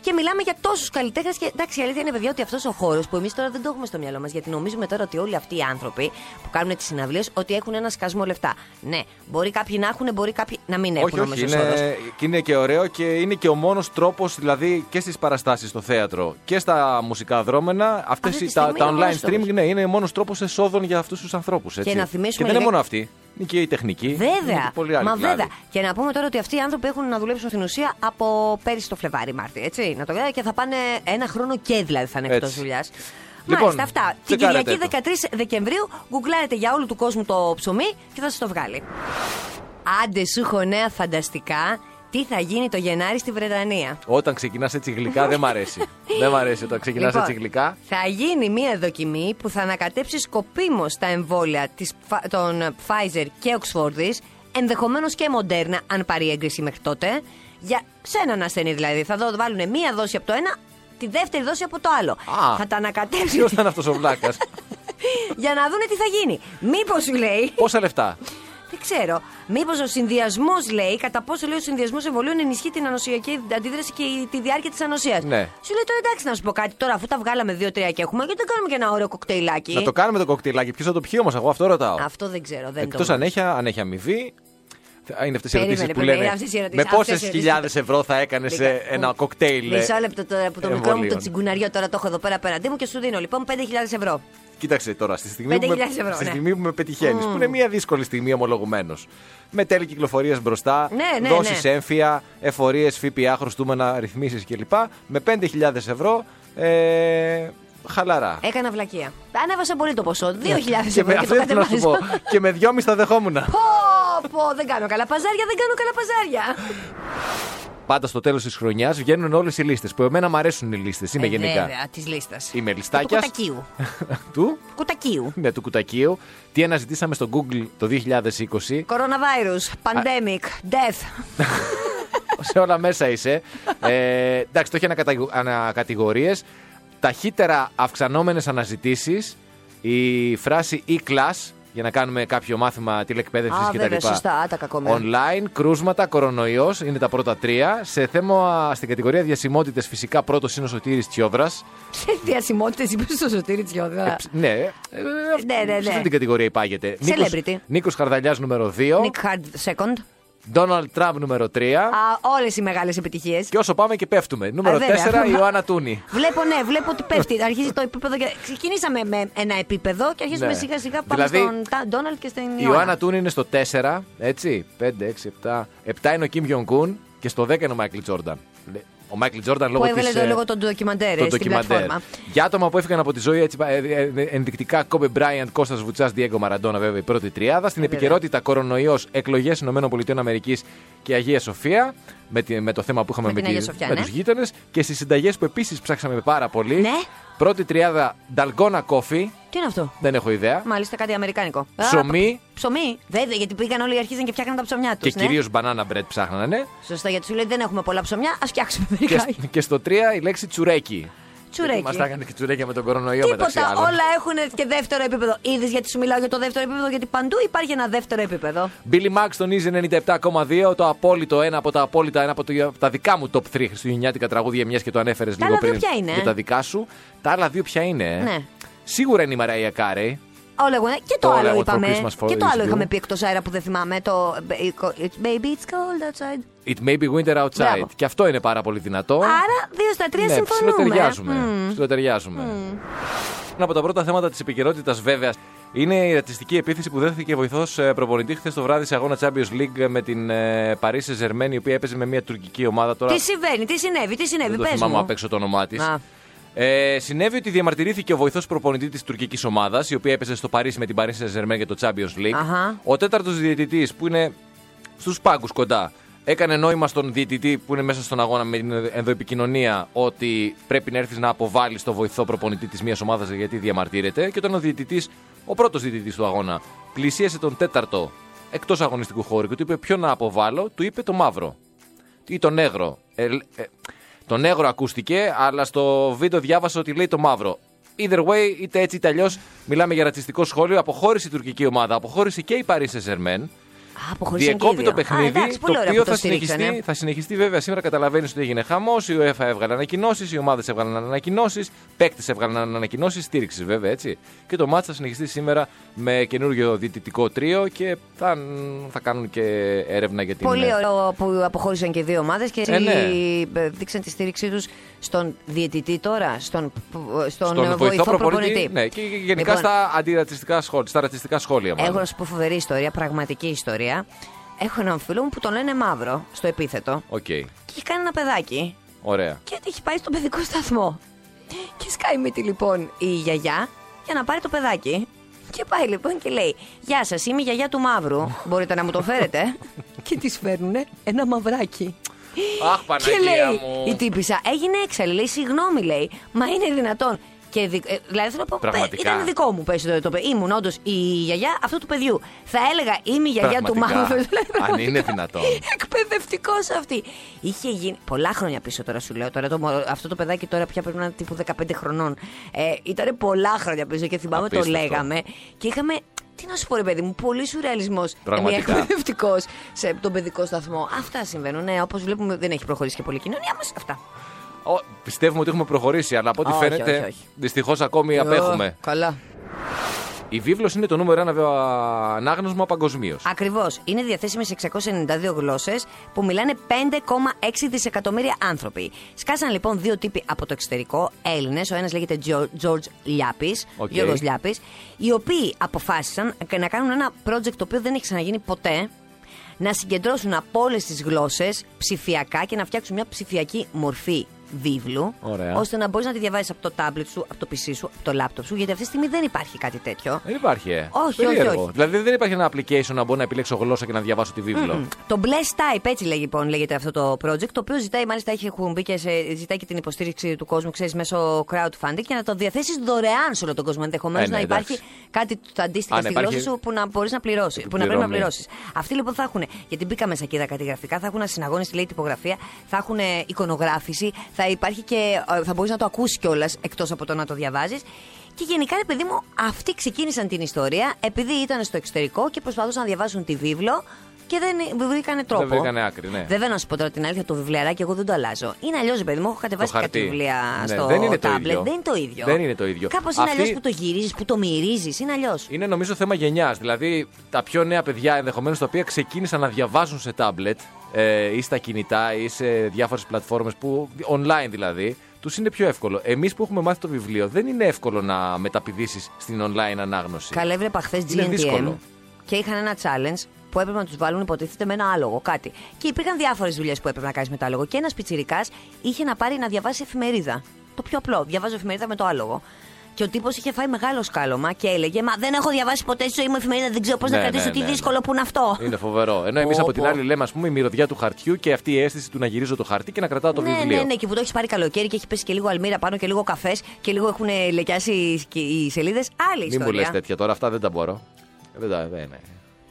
και μιλάμε για τόσους καλλιτέχνες. Και εντάξει, η αλήθεια είναι, παιδιά, ότι αυτός ο χώρος που εμείς τώρα δεν το έχουμε στο μυαλό μας, γιατί νομίζουμε τώρα ότι όλοι αυτοί οι άνθρωποι που κάνουν τις συναυλίες ότι έχουν ένα σκασμό λεφτά. Ναι, μπορεί κάποιοι να έχουν, μπορεί κάποιοι να μην έχουν Όχι, όχι, ο μέσος όρος. είναι, και είναι και ωραίο και είναι και ο μόνος τρόπος, δηλαδή και στις παραστάσεις στο θέατρο και στα μουσικά δρόμενα, αυτές Αυτή τη οι- τα, στιγμή τα είναι ο online stream μόνος τρόπος. ναι, είναι μόνος τρόπος εσόδων για αυτούς τους ανθρώπους. να θυμίσουμε δεν είναι λιγάκι- μόνο αυτοί. Είναι και η τεχνική. είναι Βέβαια. και πολλοί άλλοι Μα κλάδοι. βέβαια. Και να πούμε τώρα ότι αυτοί οι άνθρωποι έχουν να δουλέψουν στην ουσία από πέρυσι το Φλεβάρι Μάρτι. Έτσι. Να το λέω και θα πάνε ένα χρόνο και δηλαδή θα είναι εκτός Έτσι. δουλειάς. Λοιπόν, Μάλιστα, αυτά. Την τσεκάρετε Κυριακή το. 13 Δεκεμβρίου γκουγκλάρετε για όλου του κόσμου το ψωμί και θα σας το βγάλει. Άντε σου έχω νέα φανταστικά. Τι θα γίνει το Γενάρη στη Βρετανία. Όταν ξεκινάς έτσι γλυκά, δεν μ' αρέσει. δεν μ' αρέσει όταν ξεκινάς Λοιπόν, έτσι γλυκά. Θα γίνει μία δοκιμή που θα ανακατέψει σκοπίμως τα εμβόλια της, Φα- των ε, Pfizer και Oxford, ενδεχομένως και Moderna, αν πάρει έγκριση μέχρι τότε. Για σε έναν ασθενή δηλαδή. Θα βάλουν μία δόση από το ένα, τη δεύτερη δόση από το άλλο. Α. θα τα ανακατέψει Ποιος ήταν αυτός ο βλάκας. για να δούνε τι θα γίνει. Μήπως σου λέει. Πόσα λεφτά. Δεν ξέρω. Μήπως ο συνδυασμός λέει, κατά πόσο λέει ο συνδυασμός εμβολίων ενισχύει την ανοσιακή αντίδραση και η- τη διάρκεια της ανοσίας. Ναι. Σου λέει τώρα εντάξει να σου πω κάτι τώρα, αφού τα βγάλαμε δύο-τρία και έχουμε, γιατί δεν κάνουμε και ένα ωραίο κοκτέιλάκι. Να το κάνουμε το κοκτέιλάκι. Ποιος θα το πιει όμως, εγώ αυτό ρωτάω. Αυτό δεν ξέρω. Δεν Εκτός το... αν έχει, αν έχει αμοιβή. Είναι αυτές οι ερωτήσεις που περίμενε, λένε. είναι αυτές οι Με ερωτήσεις, πόσε αυτές οι χιλιάδες ευρώ θα έκανες Μισό- ένα κοκτέιλ. ε, Μισό λεπτό τώρα που το μικρό μου το εμβολίων. τσιγκουναριό τώρα το έχω εδώ πέρα απέναντί μου και σου δίνω λοιπόν 5.000 ευρώ. Κοίταξε τώρα, στη στιγμή, που 5.000 ευρώ, με, στη ναι. στιγμή που με πετυχαίνεις, που είναι μια δύσκολη στιγμή ομολογουμένως. Με τέλη κυκλοφορίας μπροστά, Ναι, ναι, δόσει ναι. έμφυα, εφορίες, ΦΠΑ, χρωστούμενα, ρυθμίσεις κλπ. Με 5.000 ευρώ ε, χαλαρά. Έκανα βλακεία. Ανέβασα πολύ το ποσό. 2.000 Ναι. και με ευρώ και το αυτό ήθελα να σου πω. κατεβάζω. Και με δυόμιση θα δεχόμουν. Πω, πω, δεν κάνω καλά παζάρια, δεν κάνω καλά παζάρια. Πάντα στο τέλος της χρονιάς βγαίνουν όλες οι λίστες. Που εμένα μου αρέσουν οι λίστες. Είμαι Ε, γενικά. Βέβαια, της λίστας. Είμαι Του λιστάκιας. κουτακίου. του. κουτακίου. Ναι, του κουτακίου. Τι αναζητήσαμε στο Google το 2020. Coronavirus, pandemic, death. σε όλα μέσα είσαι. Ε, εντάξει, το έχει ανακατα... ανακατηγορίες. Ταχύτερα αυξανόμενες αναζητήσεις. Η φράση e-class για να κάνουμε κάποιο μάθημα τηλεκπαίδευσης Α, κτλ. βέβαια, σωστά, α, τα κακομένα. Online, κρούσματα, κορονοϊός είναι τα πρώτα τρία. Σε θέμα στην κατηγορία διασημότητες, φυσικά πρώτος είναι ο Σωτήρης Τσιόδρας. Σε διασημότητες είπες στο σωτήρι Τσιόδρα. ναι, ε, ε, Ναι, ναι, σε ναι. αυτή την κατηγορία υπάγεται. Celebrity. Νίκος Χαρδαλιάς νούμερο 2. Nick Hard second. Donald Trump νούμερο 3. Όλες οι μεγάλες επιτυχίες. Και όσο πάμε και πέφτουμε. Νούμερο 4 βέβαια. η Ιωάννα Τούνη. Βλέπω, ναι, βλέπω ότι πέφτει. Αρχίζει το επίπεδο. Και... Ξεκινήσαμε με ένα επίπεδο και αρχίζουμε Ναι. σιγά σιγά πάμε Δηλαδή, στον Τα- Ντόναλτ και στην Η Ιωάννα. Ιωάννα Τούν είναι στο 4, έτσι. 5, 6, 7. 7 είναι ο Κιμ Γιονγκούν και στο 10 είναι ο Μάικλ Τζόρνταν. Λε- Ο Μάικλ Τζόρνταν που λόγω έβγαλε της, το ε, λόγο των ντοκιμαντέρ των ε, στην πλατφόρμα. Για άτομα που έφυγαν από τη ζωή, έτσι, ε, ε, ε, ενδεικτικά Κόμπε Μπράιαντ, Κώστας Βουτσάς, Διέγκο Μαραντόνα, βέβαια η πρώτη τριάδα. Στην Ε, βέβαια. επικαιρότητα κορονοϊός, εκλογές ΗΠΑ και Αγία Σοφία. Με, τη- με το θέμα που είχαμε Με με, την Αγία Σοφία, ναι. τους γείτονες. Και στις συνταγές που επίσης ψάξαμε πάρα πολύ. Ναι. Πρώτη τριάδα, Νταλγκόνα Κόφι. Τι είναι αυτό. Δεν έχω ιδέα. Μάλιστα κάτι αμερικάνικο. Α, Ψωμί. Ψωμί. Βέβαια, γιατί πήγαν όλοι και αρχίζαν και φτιάχναν τα ψωμιά τους. Και κυρίω banana bread ψάχνανε. Σωστά, γιατί σου λέει δεν έχουμε πολλά ψωμιά, ας φτιάξουμε Και, μερικά. σ- και στο 3 η λέξη τσουρέκι. Τσουρέκι. Μας τα έκανε και τσουρέκια με τον κορονοϊό μεταξύ Τίποτα, άλλων. όλα έχουν και δεύτερο επίπεδο. Είδες γιατί σου μιλάω για το δεύτερο επίπεδο, γιατί παντού υπάρχει ένα δεύτερο επίπεδο. Billy Max τονίζει 97,2. Το απόλυτο, ένα από τα απόλυτα, ένα από, το, από τα δικά μου top 3 χριστουγεννιάτικα τραγούδια, μιας και το ανέφερες λίγο άλλα δύο πριν. ποια είναι, Για ε? τα δικά σου. Τα άλλα δύο ποια είναι. ε? Ναι. Σίγουρα είναι η Μαραία Κάρεϊ. Όλα εγώ- και το, Το άλλο All I Want for είπαμε. Christmas for Και το άλλο is είχαμε You. πει εκτός αέρα που δεν θυμάμαι. Το It's- Baby, it's cold outside. It may be winter outside. Μπράβο. Και αυτό είναι πάρα πολύ δυνατό. Άρα, δύο στα τρία ναι, συμφωνούμε. ψιλοτεριάζουμε. Ψιλοτεριάζουμε. Ένα από τα πρώτα θέματα της επικαιρότητας, βέβαια, είναι η ρατσιστική επίθεση που δέχθηκε βοηθός προπονητή χθες το βράδυ σε αγώνα Champions League με την ε, Paris Saint-Germain, η οποία έπαιζε με μια τουρκική ομάδα. Τώρα Τι συμβαίνει, τι συνέβη, τι συνέβη, δεν το πες θυμάμαι μου. απ' έξω το όνομά της. Ναι, Α. Ε, συνέβη ότι διαμαρτυρήθηκε ο βοηθός προπονητή της τουρκικής ομάδας, η οποία έπαιζε στο Παρίσι με την Paris Saint-Germain και το Champions League. Αχα. Ο τέταρτος διαιτητής, που είναι στους πάγκους κοντά, έκανε νόημα στον διαιτητή που είναι μέσα στον αγώνα με την ενδοεπικοινωνία ότι πρέπει να έρθεις να αποβάλεις το βοηθό προπονητή της μία ομάδας γιατί διαμαρτύρεται. Και όταν ο διαιτητής, ο πρώτος διαιτητής του αγώνα, πλησίασε τον τέταρτο εκτός αγωνιστικού χώρου και του είπε ποιο να αποβάλω, του είπε το μαύρο ή τον νέγρο. Ε, ε, το νέγρο ακούστηκε, αλλά στο βίντεο διάβασα ότι λέει το μαύρο. Either way, είτε έτσι είτε αλλιώς, μιλάμε για ρατσιστικό σχόλιο. Αποχώρησε η τουρκική ομάδα, αποχώρησε και η Paris Saint-Germain. Α, αποχωρήσαν και οι Διεκόπη δύο. το Α, παιχνίδι, εντάξει, το πολύ ωραία οποίο που το ε. θα, συνεχιστεί, στηρίξανε. θα συνεχιστεί βέβαια. Σήμερα καταλαβαίνεις ότι έγινε χαμός. Η UEFA έβγαλε ανακοινώσεις, οι ομάδες έβγαλαν ανακοινώσεις, παίκτες έβγαλαν ανακοινώσεις, στήριξης βέβαια έτσι. Και το μάτς θα συνεχιστεί σήμερα με καινούργιο διαιτητικό τρίο και θα, θα κάνουν και έρευνα για την. Πολύ ωραίο που αποχώρησαν και οι δύο ομάδες και Ναι. Ε, ναι. ε, δείξαν τη στήριξή τους στον διαιτητή τώρα, στον, στον, ε, στον βοηθό, προπονητή. Ναι, και γενικά Λοιπόν, στα αντιρατσιστικά σχόλια. Στα ρατσιστικά σχόλια, μάλλον. Έχω να σου πω φοβερή ιστορία, πραγματική ιστορία. Έχω έναν φίλο μου που τον λένε μαύρο στο επίθετο Οκ. και έχει κάνει ένα παιδάκι Ωραία. και έχει πάει στον παιδικό σταθμό. Και σκάει μύτη λοιπόν η γιαγιά για να πάρει το παιδάκι. Και πάει λοιπόν και λέει: Γεια σας, είμαι η γιαγιά του μαύρου. Μπορείτε να μου το φέρετε. και της φέρνουνε ένα μαυράκι. Αχ, Και Παναγία λέει η μου. τύπησα, έγινε έξαλλη. Λέει, συγγνώμη, λέει, μα είναι δυνατόν. Και δι- ε, δηλαδή θέλω να πω, παι- Πραγματικά. ήταν δικό μου πέσει το, το παιδί. Ήμουν όντως η γιαγιά αυτού του παιδιού. Θα έλεγα, είμαι η γιαγιά του Πραγματικά. μαύρου. Αν είναι δυνατόν. Εκπαιδευτικός αυτή. Είχε γίνει. Πολλά χρόνια πίσω τώρα σου λέω. Τώρα το, μω- αυτό το παιδάκι τώρα πια πρέπει να είναι τύπου 15 χρονών. Ε, ήταν πολλά χρόνια πίσω και θυμάμαι το Απίστευτο. λέγαμε. Και είχαμε. Τι να σου πω, ρε παιδί μου, πολύ σουρεαλισμός. Πραγματικά. εκπαιδευτικός σε τον παιδικό σταθμό. Αυτά συμβαίνουν. Ναι, όπως βλέπουμε, δεν έχει προχωρήσει και πολύ η κοινωνία μας. Αυτά. Ο, πιστεύουμε ότι έχουμε προχωρήσει, αλλά από ό,τι Όχι, φαίνεται. όχι, όχι. Δυστυχώς ακόμη απέχουμε. Ω, Καλά. Η βίβλος είναι το νούμερο ένα βέβαια, ανάγνωσμα παγκοσμίως. Ακριβώς. Είναι διαθέσιμη σε 692 γλώσσες που μιλάνε 5,6 δισεκατομμύρια άνθρωποι. Σκάσαν λοιπόν δύο τύποι από το εξωτερικό, Έλληνες. Ο ένας λέγεται George Λιάπης, Οκ. Γιώργος Λιάπης, οι οποίοι αποφάσισαν να κάνουν ένα project το οποίο δεν έχει ξαναγίνει ποτέ. Να συγκεντρώσουν από όλες τις γλώσσες ψηφιακά και να φτιάξουν μια ψηφιακή μορφή βίβλου, Ωραία. ώστε να μπορείς να τη διαβάζει από το τάμπλετ σου, από το PC σου, από το λάπτοπ σου, γιατί αυτή τη στιγμή δεν υπάρχει κάτι τέτοιο. Δεν υπάρχει, ε. Όχι, όχι, Περίεργο. όχι. Δηλαδή δεν υπάρχει ένα application να μπορώ να επιλέξω γλώσσα και να διαβάσω τη βιβλο Λοιπόν, Το Bless Type, έτσι λέγει, λοιπόν, λέγεται αυτό το project, το οποίο ζητάει, μάλιστα έχει έχουν μπει και σε- ζητάει και την υποστήριξη του κόσμου, ξέρεις, μέσω crowdfunding και να το διαθέσεις δωρεάν σε όλο τον κόσμο. Ενδεχομένως Ε, ναι, να εντάξει. υπάρχει κάτι το αντίστοιχο Αν στη υπάρχει- γλώσσα σου που να μπορείς να πληρώσεις. Που να πρέπει να Επιπληρωμή. πληρώσεις. Αυτοί λοιπόν θα έχουν, γιατί μπήκα μέσα και είδα κάτι γραφικά, θα έχουν ασυναγώνιστη λέει τυπογραφία, θα έχουν ε, εικονογράφηση, θα υπάρχει και ε, θα μπορείς να το ακούσεις κιόλας εκτός από το να το διαβάζεις. Και γενικά, ρε παιδί μου, αυτοί ξεκίνησαν την ιστορία επειδή ήταν στο εξωτερικό και προσπαθούσαν να διαβάσουν τη βίβλο και δεν ε, βρήκανε τρόπο. βρήκανε άκρη, ναι. Βέβαια, να σου πω τώρα την αλήθεια, το βιβλιαράκι εγώ δεν το αλλάζω. Είναι αλλιώς, παιδί μου, έχω κατεβάσει κάτι χαρτί. βιβλία Ναι, στο δεν είναι το tablet. ίδιο. Δεν είναι το ίδιο. Δεν είναι το ίδιο. Κάπως είναι Αυτή- αλλιώ που το γυρίζεις, που το μυρίζεις. Είναι αλλιώς. Είναι νομίζω θέμα γενιάς. Δηλαδή, τα πιο νέα παιδιά ενδεχομένως τα οποία ξεκίνησαν να διαβάζουν σε τάμπλετ ε, ή στα κινητά ή σε διάφορες πλατφόρμες που online δηλαδή, τους είναι πιο εύκολο. Εμείς που έχουμε μάθει το βιβλίο, δεν είναι εύκολο να μεταπηδήσεις στην online ανάγνωση. Καλά, έβλεπα χθες Είναι GNTM δύσκολο. και είχαν ένα challenge που έπρεπε να τους βάλουν, υποτίθεται, με ένα άλογο κάτι. Και υπήρχαν διάφορες δουλειές που έπρεπε να κάνεις με το άλογο. Και ένας πιτσυρικά είχε να πάρει να διαβάσει εφημερίδα. Το πιο απλό. Διαβάζω εφημερίδα με το άλογο. Και ο τύπος είχε φάει μεγάλο σκάλωμα και έλεγε Μα δεν έχω διαβάσει ποτέ στη ζωή μου εφημερίδα, δεν ξέρω πώς Ναι, να κρατήσω ναι, τι ναι, ναι. δύσκολο που είναι αυτό. Είναι φοβερό. Ενώ εμείς Πω, από την πω. άλλη λέμε, ας πούμε, η μυρωδιά του χαρτιού και αυτή η αίσθηση του να γυρίζω το χαρτί και να κρατάω το ναι, βιβλίο. ναι, ναι, και που το έχεις πάρει καλοκαίρι και έχει πέσει και λίγο αλμύρα πάνω και λίγο καφές και λίγο έχουν λεκιάσει οι- και οι σελίδες. Άλλη Μην μου λε ιστορία. τέτοια τώρα, αυτά δεν τα μπορώ. Δεν τα. Δεν, ναι.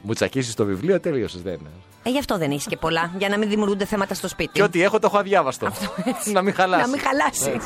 Μου τσακίσεις το βιβλίο, τέλειωσες. Δεν. είναι. Ε, γι' αυτό δεν έχεις και πολλά, για να μην δημιουργούνται θέματα στο σπίτι. Και ό,τι έχω το έχω αδιάβαστο. να μην χαλάσεις. Ε. Να μην χαλάσεις.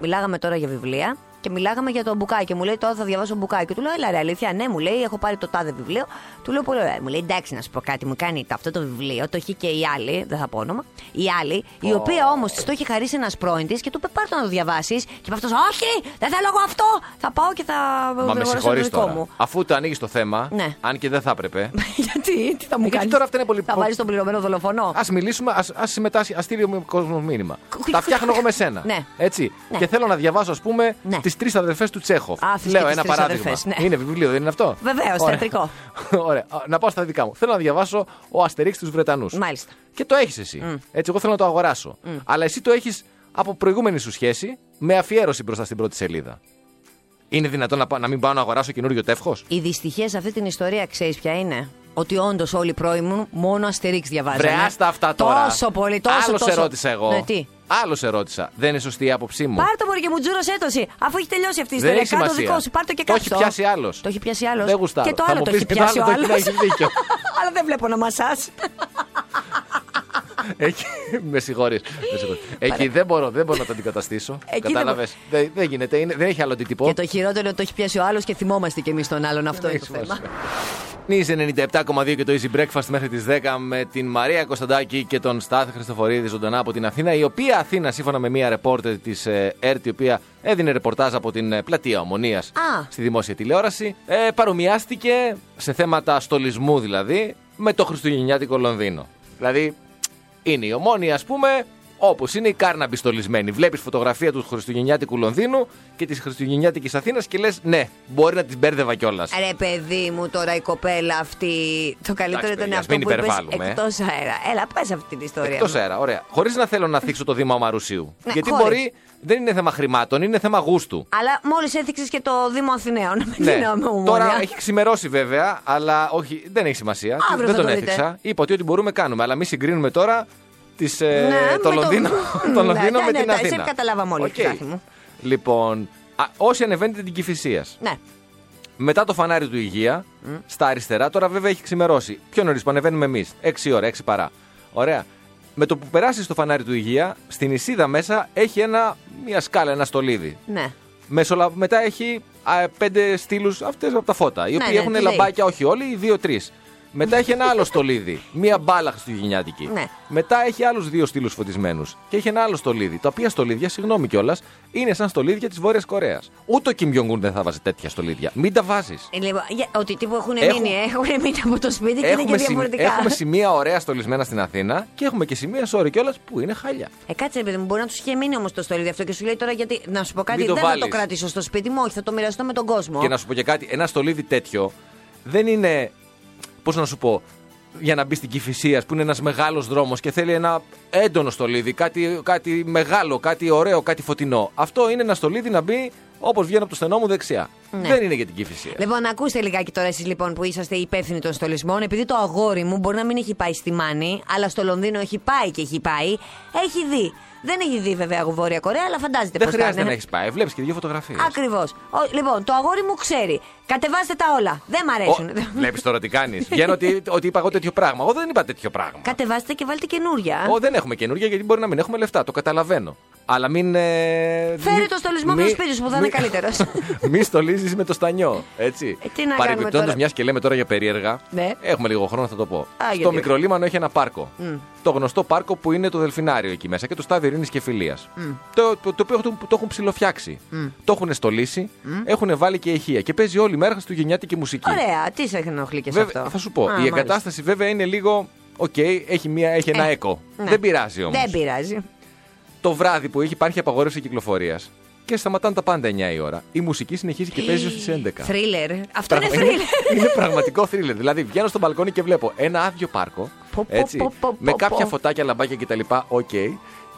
Μιλάγαμε τώρα για βιβλία και μιλάγαμε για το μπουκάκι. Μου λέει τώρα θα διαβάσω μπουκάκι. Του λέω, Ελά, ρε, αλήθεια, ναι, μου λέει, έχω πάρει το τάδε βιβλίο. Του λέω πολύ ωραία. Μου λέει, εντάξει, να σου πω κάτι, μου κάνει αυτό το βιβλίο. Το έχει και η άλλη, δεν θα πω όνομα. Η άλλη, η οποία όμως τη το είχε χαρίσει ένας πρώην της και του είπε, Πάρ το να το διαβάσεις. Και είπε αυτός, Όχι, δεν θέλω εγώ αυτό. Θα πάω και θα Μα με αγοράσω συγχωρείς δικό τώρα. μου. Αφού το ανοίγεις το θέμα, Ναι. αν και δεν θα έπρεπε. Γιατί, τι θα μου Ε, Γιατί κάνεις. τώρα αυτά είναι πολύ- Θα βάλεις τον πληρωμένο δολοφονό. Ας μιλήσουμε, ας ας συμμετάσχει, ας στείλει ο κόσμος μήνυμα. Κουκ. Τα φτιάχνω εγώ με σένα. Ναι. Έτσι. Ναι. Και θέλω να διαβάσω, ας πούμε, Ναι. τις τρεις αδερφέ του Τσέχοφ. Α, θες Λέω και τις ένα τρεις παράδειγμα. αδερφές, ναι. Είναι βιβλίο, δεν είναι αυτό. Βεβαίως, Ωραία. θεατρικό. Ωραία. Α, Να πάω στα δικά μου. Θέλω να διαβάσω ο Αστερίξ τους Βρετανούς. Μάλιστα. Και το έχεις εσύ. Έτσι, εγώ θέλω να το αγοράσω. Αλλά εσύ το έχεις από προηγούμενη σου σχέση με αφιέρωση μπροστά στην πρώτη σελίδα. Είναι δυνατόν να, πά- να μην πάω να αγοράσω καινούριο τεύχος. Η δυστυχία σε αυτή την ιστορία ξέρεις ποια είναι. Ότι όντως όλοι οι πρώοι μου μόνο αστερίξ διαβάζανε. Βρε, άστα αυτά τώρα. Τόσο πολύ, τόσο Άλλος τόσο... σε ρώτησα εγώ. Ναι, τι. Άλλο σε ρώτησα. Δεν είναι σωστή η άποψή μου. Πάρ' το μπορεί και μου τζούρος έτωση. Αφού έχει τελειώσει αυτή η Δεν ιστορία. έχει Κάτω σημασία. δικός σου, πάρ' το και Το κάτω. έχει πιάσει άλλος. Το έχει πιάσει άλλος. Δεν γουστάρω. Και το Θα άλλο μου το πεις έχει και το πιάσει ο άλλο το άλλος. έχεις, έχεις δίκιο. Αλλά δεν βλέπω να μασάς. Εκεί, με συγχωρείς. Εκεί δεν μπορώ, δεν μπορώ να το αντικαταστήσω. Εκεί δεν Κατάλαβες. Δεν, δεν γίνεται, είναι- δεν έχει άλλο αντίτυπο. Και το χειρότερο είναι ότι το έχει πιάσει ο άλλος και θυμόμαστε κι εμείς τον άλλον. Αυτό είναι το θέμα. Είσαι 97,2 και το Easy Breakfast μέχρι τις 10 με την Μαρία Κωνσταντάκη και τον Στάθη Χριστοφορίδη ζωντανά από την Αθήνα. Η οποία Αθήνα, σύμφωνα με μία ρεπόρτερ της ΕΡΤ, η οποία έδινε ρεπορτάζ από την ε, πλατεία Ομονίας Α. στη δημόσια τηλεόραση, ε, παρομοιάστηκε σε θέματα στολισμού δηλαδή με το Χριστουγεννιάτικο Λονδίνο. Δηλαδή είναι η Ομόνια, ας πούμε, όπως είναι η Κάρναμπη στολισμένη. Βλέπεις φωτογραφία του Χριστουγεννιάτικου Λονδίνου και της Χριστουγεννιάτικης Αθήνας και λες, ναι, μπορεί να την μπέρδευα κιόλας. Ρε παιδί μου τώρα η κοπέλα αυτή Το καλύτερο Εντάξει, ήταν παιδιά, αυτό μην που είπες υπερβάλλουμε, ε. εκτός αέρα Έλα πες αυτή την ιστορία Εκτός αέρα, ωραία. Χωρίς να θέλω να θίξω το Δήμα Μαρουσίου. Ναι, γιατί χωρίς. μπορεί. Δεν είναι θέμα χρημάτων, είναι θέμα γούστου. Αλλά μόλις έθιξες και το Δήμο Αθηναίων. Με την ομόνια. Ναι. Τώρα έχει ξημερώσει βέβαια, αλλά όχι, δεν έχει σημασία. Αύριο δεν θα τον το δείτε. έθιξα. Είπα ότι ό,τι μπορούμε κάνουμε, αλλά εμεί συγκρίνουμε τώρα τις, ε, Ναι, το με το- Λονδίνο, Ναι, το Λονδίνο ναι, με ναι, την τα- Αθήνα. σε καταλάβαμε όλοι, Οκ. Στάθη μου. Λοιπόν, α, όσοι ανεβαίνετε την Κυφυσίας, Ναι. μετά το φανάρι του Υγεία, στα αριστερά, τώρα βέβαια έχει ξημερώσει. Πιο νωρίς που ανεβαίνουμε εμείς, 6 ώρα, 6 παρά. Ωραία. Με το που περάσεις το φανάρι του Υγεία, στην Ισίδα μέσα έχει ένα, μια σκάλα, ένα στολίδι. Ναι. Μεσολα... Μετά έχει α, πέντε στήλους αυτές από τα φώτα. Οι Ναι, οποίοι ναι, έχουν τι λέει. λαμπάκια, όχι όλοι, οι δύο-τρει. Μετά έχει ένα άλλο στολίδι. Μία μπάλα χριστουγεννιάτικη. Ναι. Μετά έχει άλλους δύο στήλους φωτισμένους. Και έχει ένα άλλο στολίδι. Τα οποία στολίδια, συγγνώμη κιόλας, είναι σαν στολίδια της Βόρειας Κορέας. Ούτε ο Κιμ Jong-un δεν θα βάζει τέτοια στολίδια. Μην τα βάζεις. Ε, Λοιπόν, για- ότι τύπου έχουν Έχω- μείνει, ε, έχουν μείνει από το σπίτι και είναι και Έχουμε, σι- διαφορετικά. έχουμε σημεία ωραία στολισμένα στην Αθήνα και έχουμε και σημεία, sorry κιόλας, που είναι χάλια. Ε, κάτσε, ρε παιδί μου, μπορεί να τους είχε μείνει όμως το στολίδι αυτό και σου λέει τώρα γιατί. Να σου πω κάτι, Μην το δεν θα βάλεις. το κρατήσω στο σπίτι μου, όχι, θα το μοιραστώ με τον κόσμο. Και να σου πω και κάτι, ένα στολίδι τέτοιο δεν είναι. Πώς να σου πω, για να μπει στην Κυφυσία, που είναι ένας μεγάλος δρόμος και θέλει ένα έντονο στολίδι, κάτι, κάτι μεγάλο, κάτι ωραίο, κάτι φωτεινό. Αυτό είναι ένα στολίδι να μπει όπως βγαίνει από το στενό μου δεξιά. Ναι. Δεν είναι για την Κυφυσία. Λοιπόν, ακούστε λιγάκι τώρα εσείς λοιπόν που είσαστε υπεύθυνοι των στολισμών. Επειδή το αγόρι μου μπορεί να μην έχει πάει στη Μάνη, αλλά στο Λονδίνο έχει πάει και έχει πάει, έχει δει. Δεν έχει δει βέβαια Βόρεια Κορέα, αλλά φαντάζεται Δεν πώς χρειάζεται θα να είναι. έχεις πάει. Βλέπεις και δύο φωτογραφίες. Ακριβώς. Λοιπόν, το αγόρι μου ξέρει. Κατεβάστε τα όλα. Δεν μ' αρέσουν. Βλέπεις τώρα τι κάνεις. Βγαίνω ότι, ότι είπα εγώ τέτοιο πράγμα. Εγώ δεν είπα τέτοιο πράγμα. Κατεβάστε και βάλτε καινούρια. Ω, δεν έχουμε καινούργια γιατί μπορεί να μην έχουμε λεφτά. Το καταλαβαίνω. Αλλά μην. Ε, Φέρε μη- το στολισμό μη- από το σπίτι σου που θα είναι μη- καλύτερος. μη στολίζεις με το στανιό. Έτσι. Ε, τι να κάνουμε τώρα. μιας και λέμε τώρα για περίεργα. Ναι. Έχουμε λίγο χρόνο, θα το πω. γιατί Στο όχι. Μικρολίμανο έχει ένα πάρκο. Το γνωστό πάρκο που είναι το Δελφινάριο εκεί μέσα και το Στάδιο Ειρήνης και Φιλίας. Το, το, το οποίο το, το έχουν ψηλοφτιάξει. Το έχουν στολίσει, έχουν βάλει και ηχεία και παίζει όλη μέρα χριστουγεννιάτικη μουσική. Ωραία, τι σε ενοχλεί και σε Ε, Βέβαια, αυτό. Θα σου πω. Α, η μάλιστα. εγκατάσταση βέβαια είναι λίγο. Οκ, έχει, μία, έχει ένα Ε, έκο. ναι. Δεν πειράζει όμω. Δεν πειράζει. Το βράδυ που έχει υπάρχει απαγόρευση κυκλοφορίας και σταματάνε τα πάντα 9 η ώρα. Η μουσική συνεχίζει και παίζει ως τι 11. Θρίλερ. Αυτό Πραγμα- είναι θρίλερ. είναι πραγματικό θρίλερ. Δηλαδή βγαίνω στο μπαλκόνι και βλέπω ένα άδειο πάρκο. Πω, πω, έτσι, πω, πω, με πω, κάποια πω. φωτάκια, λαμπάκια κτλ. Οκ.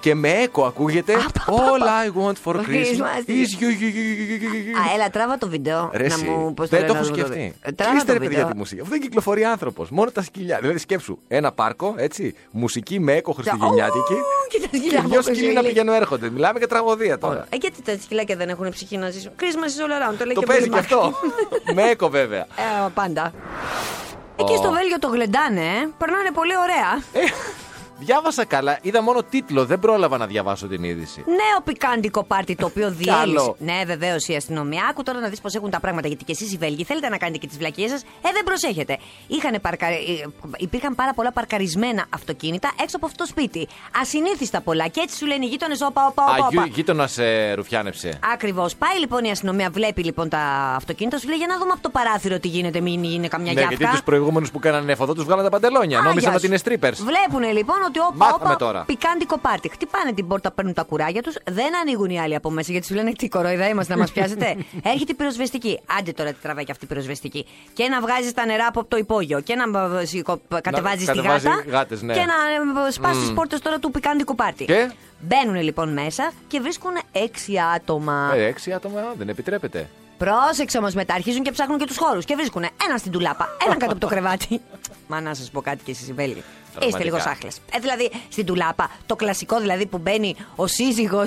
Και με έκο ακούγεται πα, πα, All πα. I want for Ο Christmas Christmas. is you, you, you, you, you, you, you, you, you. Α, έλα, τράβα το βίντεο. Ρε να εσύ, μου πώς δεν λένε, το έχω να δω βίντεο. σκεφτεί. Ε, Τράβα Κλείστε το ρε παιδιά βίντεο. τη μουσική. Αφού δεν κυκλοφορεί άνθρωπος. Μόνο τα σκυλιά. Δηλαδή σκέψου ένα πάρκο, έτσι, μουσική με έκο χριστουγεννιάτικη. Ου, Και τα Και σκυλιά δυο από σκυλί να κοζίλι. πηγαίνουν έρχονται. Μιλάμε για τραγωδία τώρα. Ωραία. Ε, γιατί τα σκυλάκια δεν έχουν ψυχή να ζήσουν. Κρίσμα is all around. Το λέει Το και ο παίζει Bill και αυτό. Murray. Με έκο βέβαια. Ε, πάντα. Εκεί στο Βέλγιο το γλεντάνε, ε. περνάνε πολύ ωραία. Ε, Διάβασα καλά, είδα μόνο τίτλο, δεν πρόλαβα να διαβάσω την είδηση. Νέο πικάντικο πάρτι το οποίο διέλυσε. Καλό. ναι, βεβαίως η αστυνομία. Άκου τώρα να δεις πώς έχουν τα πράγματα. Γιατί και εσείς οι Βέλγοι θέλετε να κάνετε και τις βλακίες σας. Ε, δεν προσέχετε. Είχανε παρκα... ε, Υπήρχαν πάρα πολλά παρκαρισμένα αυτοκίνητα έξω από αυτό το σπίτι. Ασυνήθιστα πολλά. Και έτσι σου λένε οι γείτονες, όπα, όπα, όπα. Αγίου όπα. γείτονα ρουφιάνεψε. Ακριβώς. Πάει λοιπόν η αστυνομία, βλέπει λοιπόν τα αυτοκίνητα, σου λέει για να δούμε από το παράθυρο τι γίνεται, μην γίνει καμιά Ναι, γιάφκα. γιατί τους προηγούμενους που κάνανε έφοδο τους βγάλανε τα παντελόνια. Α, Νόμιζαν γεια ότι σου. είναι strippers. Βλέπουν λοιπόν ότι όπα, Μάθαμε όπα, τώρα. πικάντικο πάρτι. Χτυπάνε την πόρτα, παίρνουν τα κουράγια τους, δεν ανοίγουν οι άλλοι από μέσα γιατί σου λένε τι κοροϊδά είμαστε να μας πιάσετε. Έρχεται η πυροσβεστική. Άντε τώρα τι τραβάει και αυτή η πυροσβεστική. Και να βγάζεις τα νερά από το υπόγειο και να ε, κατεβάζεις τη κατεβάζει γάτα. γάτες, ναι. Mm. Και να σπάσει τι πόρτες τώρα του πικάντικου πάρτι. Και? Μπαίνουν λοιπόν μέσα και βρίσκουν έξι άτομα. Ε, έξι άτομα δεν επιτρέπεται. Πρόσεξε όμως μετά, αρχίζουν και ψάχνουν και τους χώρους και βρίσκουν έναν στην τουλάπα, έναν κάτω από το κρεβάτι. Μα να σας πω κάτι και εσεί οι Βέλγοι. Είστε Πραγματικά. λίγο σάχλε. Ε, δηλαδή στην τουλάπα, το κλασικό δηλαδή που μπαίνει ο σύζυγος. Ο,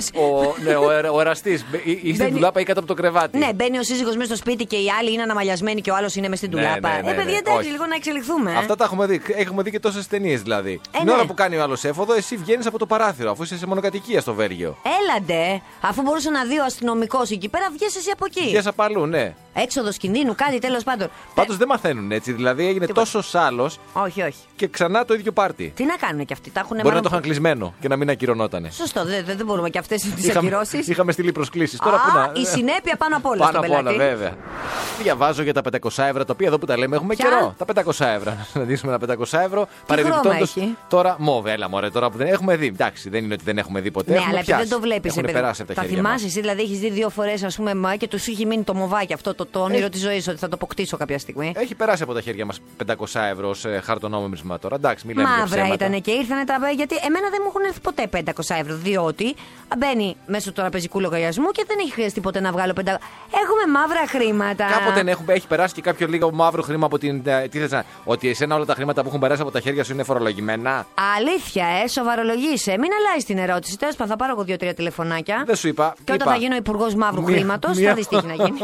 ναι, ο, ε- ο εραστής. Ή στην Μπαίνει- τουλάπα ή κάτω από το κρεβάτι. Ναι, μπαίνει ο σύζυγος μέσα στο σπίτι και οι άλλοι είναι αναμαλιασμένοι και ο άλλος είναι μέσα στην Ναι, τουλάπα. ναι, ναι, ε, παιδιά, ναι. εντάξει, Όχι. λίγο να εξελιχθούμε. ε. Αυτά τα έχουμε δει. Έχουμε δει και τόσες ταινίες δηλαδή. Ε, Την ναι. ώρα που κάνει ο άλλος έφοδο, εσύ βγαίνεις από το παράθυρο, αφού είσαι σε μονοκατοικία στο Βέλγιο. Έλαντε, αφού μπορούσε να δει ο αστυνομικός εκεί πέρα, βγες εσύ από εκεί. Βγαίνει απ' αλλού, Ε. ναι. Έξοδος κινδύνου, κάτι τέλος πάντων. Πάντως δεν μαθαίνουν έτσι. Δηλαδή έγινε Τίποτα. τόσος σάλο Όχι, όχι. και ξανά το ίδιο πάρτι. Τι να κάνουν κι αυτοί, τα έχουν Μπορεί να το είχαν κλεισμένο και να μην ακυρωνότανε. Σωστό, δεν δεν- δεν μπορούμε και αυτές τις ακυρώσεις. είχαμε στείλει προσκλήσεις. Τώρα Α, που να. η συνέπεια πάνω απ' όλα Πάνω στον απ' όλα, πελάτη. βέβαια. Διαβάζω για τα 500 ευρώ, τα οποία εδώ που τα λέμε έχουμε Ποια? καιρό. Τα 500 ευρώ. Να δείσουμε τα 500 ευρώ. χρώμα Παρεμπιπτόντω. έχει? Τώρα, μόβε, έλα μωρέ, τώρα που δεν έχουμε δει. Εντάξει, δεν είναι ότι δεν έχουμε δει ποτέ. Ναι, έχουμε αλλά επειδή πιάσει. δεν το βλέπεις. Έχουν περάσει από τα, τα χέρια θυμάσαι μας. εσύ, δηλαδή έχεις δει δύο φορές, ας πούμε, μα και τους είχε μείνει το μοβάκι αυτό, το, το Ε. όνειρο της ζωής, ότι θα το αποκτήσω κάποια στιγμή. Έχει περάσει από τα χέρια μας 500 ευρώ σε χαρτονόμισμα τώρα. Εντάξει, μιλάμε για Μαύρα ψέματα. ήταν και ήρθανε τα. Γιατί εμένα δεν μου έχουν έρθει ποτέ 500 ευρώ. Διότι μπαίνει μέσω του τραπεζικού λογαριασμού και δεν έχει χρειαστεί ποτέ να βγάλω 500. Έχουμε μαύρα χρήματα. Κάποτε ναι, έχουν- έχει περάσει και κάποιο λίγο μαύρο χρήμα από την. ε, Τι θες να. Ότι εσένα όλα τα χρήματα που έχουν περάσει από τα χέρια σου είναι φορολογημένα. Αλήθεια, ε, σοβαρολογήσε. Μην αλλάζεις την ερώτηση. Τέλος πάντων, θα πάρω εγώ δύο-τρία τηλεφωνάκια. Δεν σου είπα. Και όταν είπα, θα γίνω υπουργός μαύρου μία- χρήματος, μία- θα δεις τι έχει να γίνει.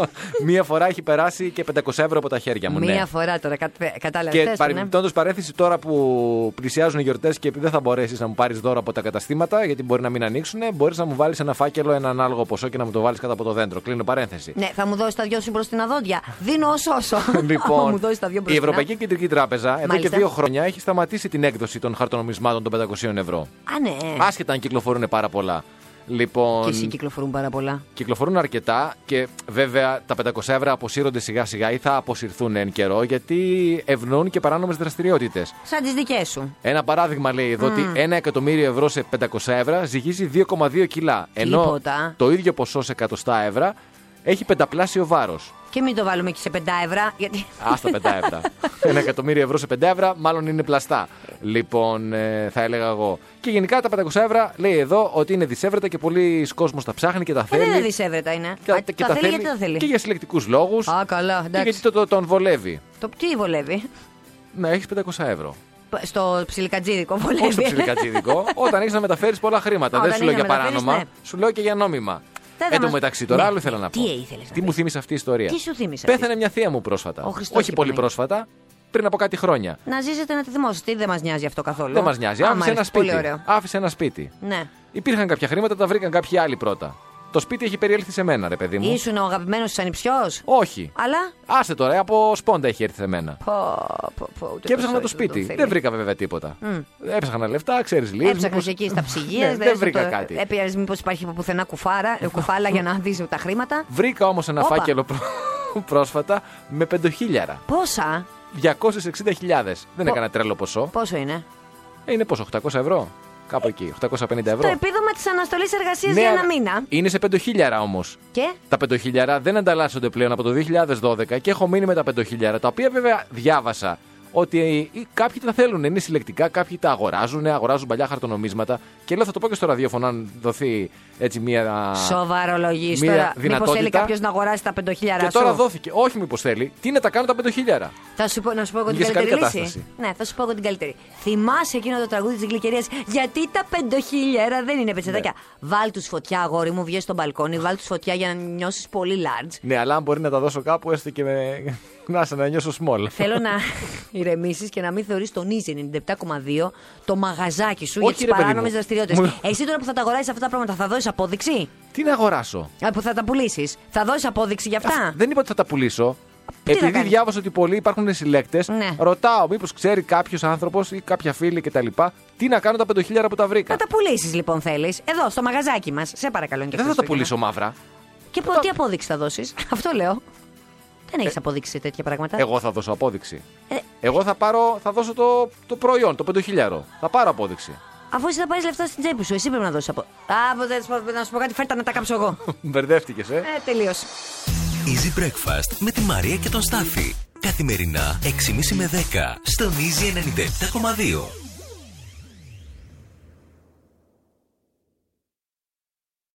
Μία μία φορά έχει περάσει και 500 ευρώ από τα χέρια μου. Μία ναι. φορά ναι. τώρα, κα, κατάλαβες. Και παρεμπιπτόντω παρέθεση τώρα που πλησιάζουν οι γιορτές και επειδή δεν θα μπορέσεις να μου πάρεις δώρο από τα καταστήματα, γιατί μπορεί να μην ανοίξουν, μπορείς να μου βάλεις ένα φάκελο, ένα ανάλογο ποσό και να μου το βάλεις κάτω από το δέντρο. Κλείνω παρένθεση. Ναι, θα μου δώσεις τα δυο σου μπροστινά δόντια. Δίνω όσο όσο. Άμα μου Λοιπόν, δώσεις τα δυο η μπροστινά. Ευρωπαϊκή Κεντρική Τράπεζα εδώ και Μάλιστα. δύο χρόνια έχει σταματήσει την έκδοση των χαρτονομισμάτων των 500 ευρώ. Α, ναι. Άσχετα αν κυκλοφορούν πάρα πολλά. Και Λοιπόν, εσύ κυκλοφορούν πάρα πολλά. κυκλοφορούν αρκετά και βέβαια τα 500 ευρώ αποσύρονται σιγά σιγά ή θα αποσυρθούν εν καιρό γιατί ευνοούν και παράνομες δραστηριότητες. Σαν τις δικές σου. Ένα παράδειγμα λέει εδώ ότι ένα εκατομμύριο ευρώ σε 500 ευρώ ζυγίζει 2,2 κιλά. Ενώ Τίποτα. το ίδιο ποσό σε 100 ευρώ έχει πενταπλάσιο βάρος. Και μην το βάλουμε και σε 5 ευρώ. Γιατί... Α τα 5 ευρώ. ένα εκατομμύριο ευρώ σε 5 ευρώ, μάλλον είναι πλαστά. Λοιπόν, ε, θα έλεγα εγώ. Και γενικά τα 500 ευρώ λέει εδώ ότι είναι δισεύρετα και πολλοί κόσμος τα ψάχνει και τα Ε, θέλει. δεν είναι δισεύρετα είναι. Και- Α, και τα θέλει γιατί τα θέλει. Και για συλλεκτικούς λόγους. Α, καλά, Και εντάξει. γιατί το, το- τον βολεύει. Το τι βολεύει. Να έχεις 500 ευρώ. Π- Στο ψιλικατζίδικο βολεύει. Όχι στο ψιλικατζίδικο. Όταν έχεις να μεταφέρεις πολλά χρήματα. Α, Δεν όταν σου λέω έχεις για να μεταφέρεις, παράνομα. ναι. Σου λέω και για νόμιμα. Δεν θα Εν τω μας- μεταξύ, τώρα Ναι. άλλο ήθελα να Τι πω. ήθελες να τι μου πεις? θύμισε αυτή η ιστορία. Τι σου θύμισε αυτή? Πέθανε μια θεία μου πρόσφατα. Ο Χριστός Όχι και πολύ Παναγία. πρόσφατα. Πριν από κάτι χρόνια. Να ζήσετε να τη θυμόσαστε. Τι, Δεν μας νοιάζει αυτό καθόλου. Δεν μας νοιάζει. Α, μ' Άφησε ένα άρεσε. σπίτι. Πολύ ωραίο. Άφησε ένα σπίτι. Ναι. Υπήρχαν κάποια χρήματα, τα βρήκαν κάποιοι άλλοι πρώτα. Το σπίτι έχει περιέλθει σε μένα, ρε παιδί μου. Ήσουν ο αγαπημένος της ανιψιός. Όχι. Αλλά. Άσε τώρα, ε, από σπόντα έχει έρθει σε μένα. Πω, πω, πω, ούτε Και έψαχνα το σόι δεν σπίτι. θέλει. Δεν βρήκα βέβαια τίποτα. Έψαχνα λεφτά, ξέρεις λίγο. Έψαχνε εκεί στα ψυγεία. Ναι, δηλαδή, Δεν βρήκα κάτι. Έπιαζε μήπως υπάρχει από πουθενά κουφάρα, ε, κουφάλα για να δεις τα χρήματα. Βρήκα όμως ένα Όπα. φάκελο πρό- πρόσφατα με 5.000. Πόσα, 260.000. Δεν Πο- έκανα τρελό ποσό. πόσο είναι. Ε, Είναι πόσο, 800 ευρώ. Κάπου εκεί, 850 Το ευρώ. επίδομα της αναστολής εργασίας Ναι, για ένα αλλά μήνα. Είναι σε 5.000 όμως. Και. Τα 5.000 δεν ανταλλάσσονται πλέον από το 2012 και έχω μείνει με τα 5.000, τα οποία βέβαια διάβασα ότι ε, ε, κάποιοι τα θέλουν, είναι συλλεκτικά, κάποιοι τα αγοράζουν, αγοράζουν παλιά χαρτονομίσματα. Και λέω, θα το πω και στο ραδιόφωνο, αν δοθεί έτσι μία. Σοβαρολογή Μία τώρα. Μήπως δυνατότητα. θέλει κάποιος να αγοράσει τα 5.000 Και τώρα σου. δόθηκε. Όχι, μήπως θέλει. Τι να τα κάνω τα 5.000. Θα σου πω, να σου πω εγώ την Βγήκε σε καλή καλύτερη λύση. κατάσταση. Ναι, θα σου πω εγώ την καλύτερη. Θυμάσαι εκείνο το τραγούδι της γλυκερίας. Γιατί τα πεντοχίλιαρα δεν είναι πετσετάκια. Ναι. Βάλ τους φωτιά, αγόρι μου, βγες στο μπαλκόνι, βάλ τους φωτιά για να νιώσεις πολύ large. Ναι, αλλά αν μπορεί να τα δώσω κάπου, έστω και με. Να σε να νιώσω small. Θέλω να ηρεμήσεις και να μην θεωρείς τον Easy 97,2 το μαγαζάκι σου Όχι, ρε για τις παιδί μου. παράνομες δραστηριότητες. Μου- Εσύ τώρα που θα τα αγοράσεις αυτά τα πράγματα, θα δώσεις απόδειξη. Τι να αγοράσω. Α, Που θα τα πουλήσεις. Θα δώσεις απόδειξη για αυτά. Δεν είπα ότι θα τα πουλήσω. Τι θα Επειδή κάνεις? διάβασα ότι πολλοί υπάρχουν συλλέκτες, Ναι. ρωτάω μήπως ξέρει κάποιος άνθρωπος ή κάποια φίλη κτλ. Τι να κάνω τα 5.000 που τα βρήκα. Θα τα πουλήσεις λοιπόν θέλεις. Εδώ, στο μαγαζάκι μας. Σε παρακαλώ είναι και Δεν θα τα Χριστούγεννα. πουλήσω μαύρα. Και πω, τι απόδειξη θα δώσεις. Αυτό λέω. Δεν έχεις αποδείξει σε τέτοια πράγματα. Ε, Εγώ θα δώσω απόδειξη. Ε, Εγώ θα, πάρω, θα δώσω το, το προϊόν, το 5.000. Θα πάρω απόδειξη. αφού εσύ θα πάρεις λεφτά στην τσέπη σου, εσύ πρέπει να δώσεις από. Α, πω, δεν σου πω- να σου πω κάτι, φέρτα να τα κάψω εγώ. Μπερδεύτηκες, ε. ε, τελείωσε. Easy Breakfast με τη Μαρία και τον Στάφη. Καθημερινά 6.30 με 10 στον Easy 97,2.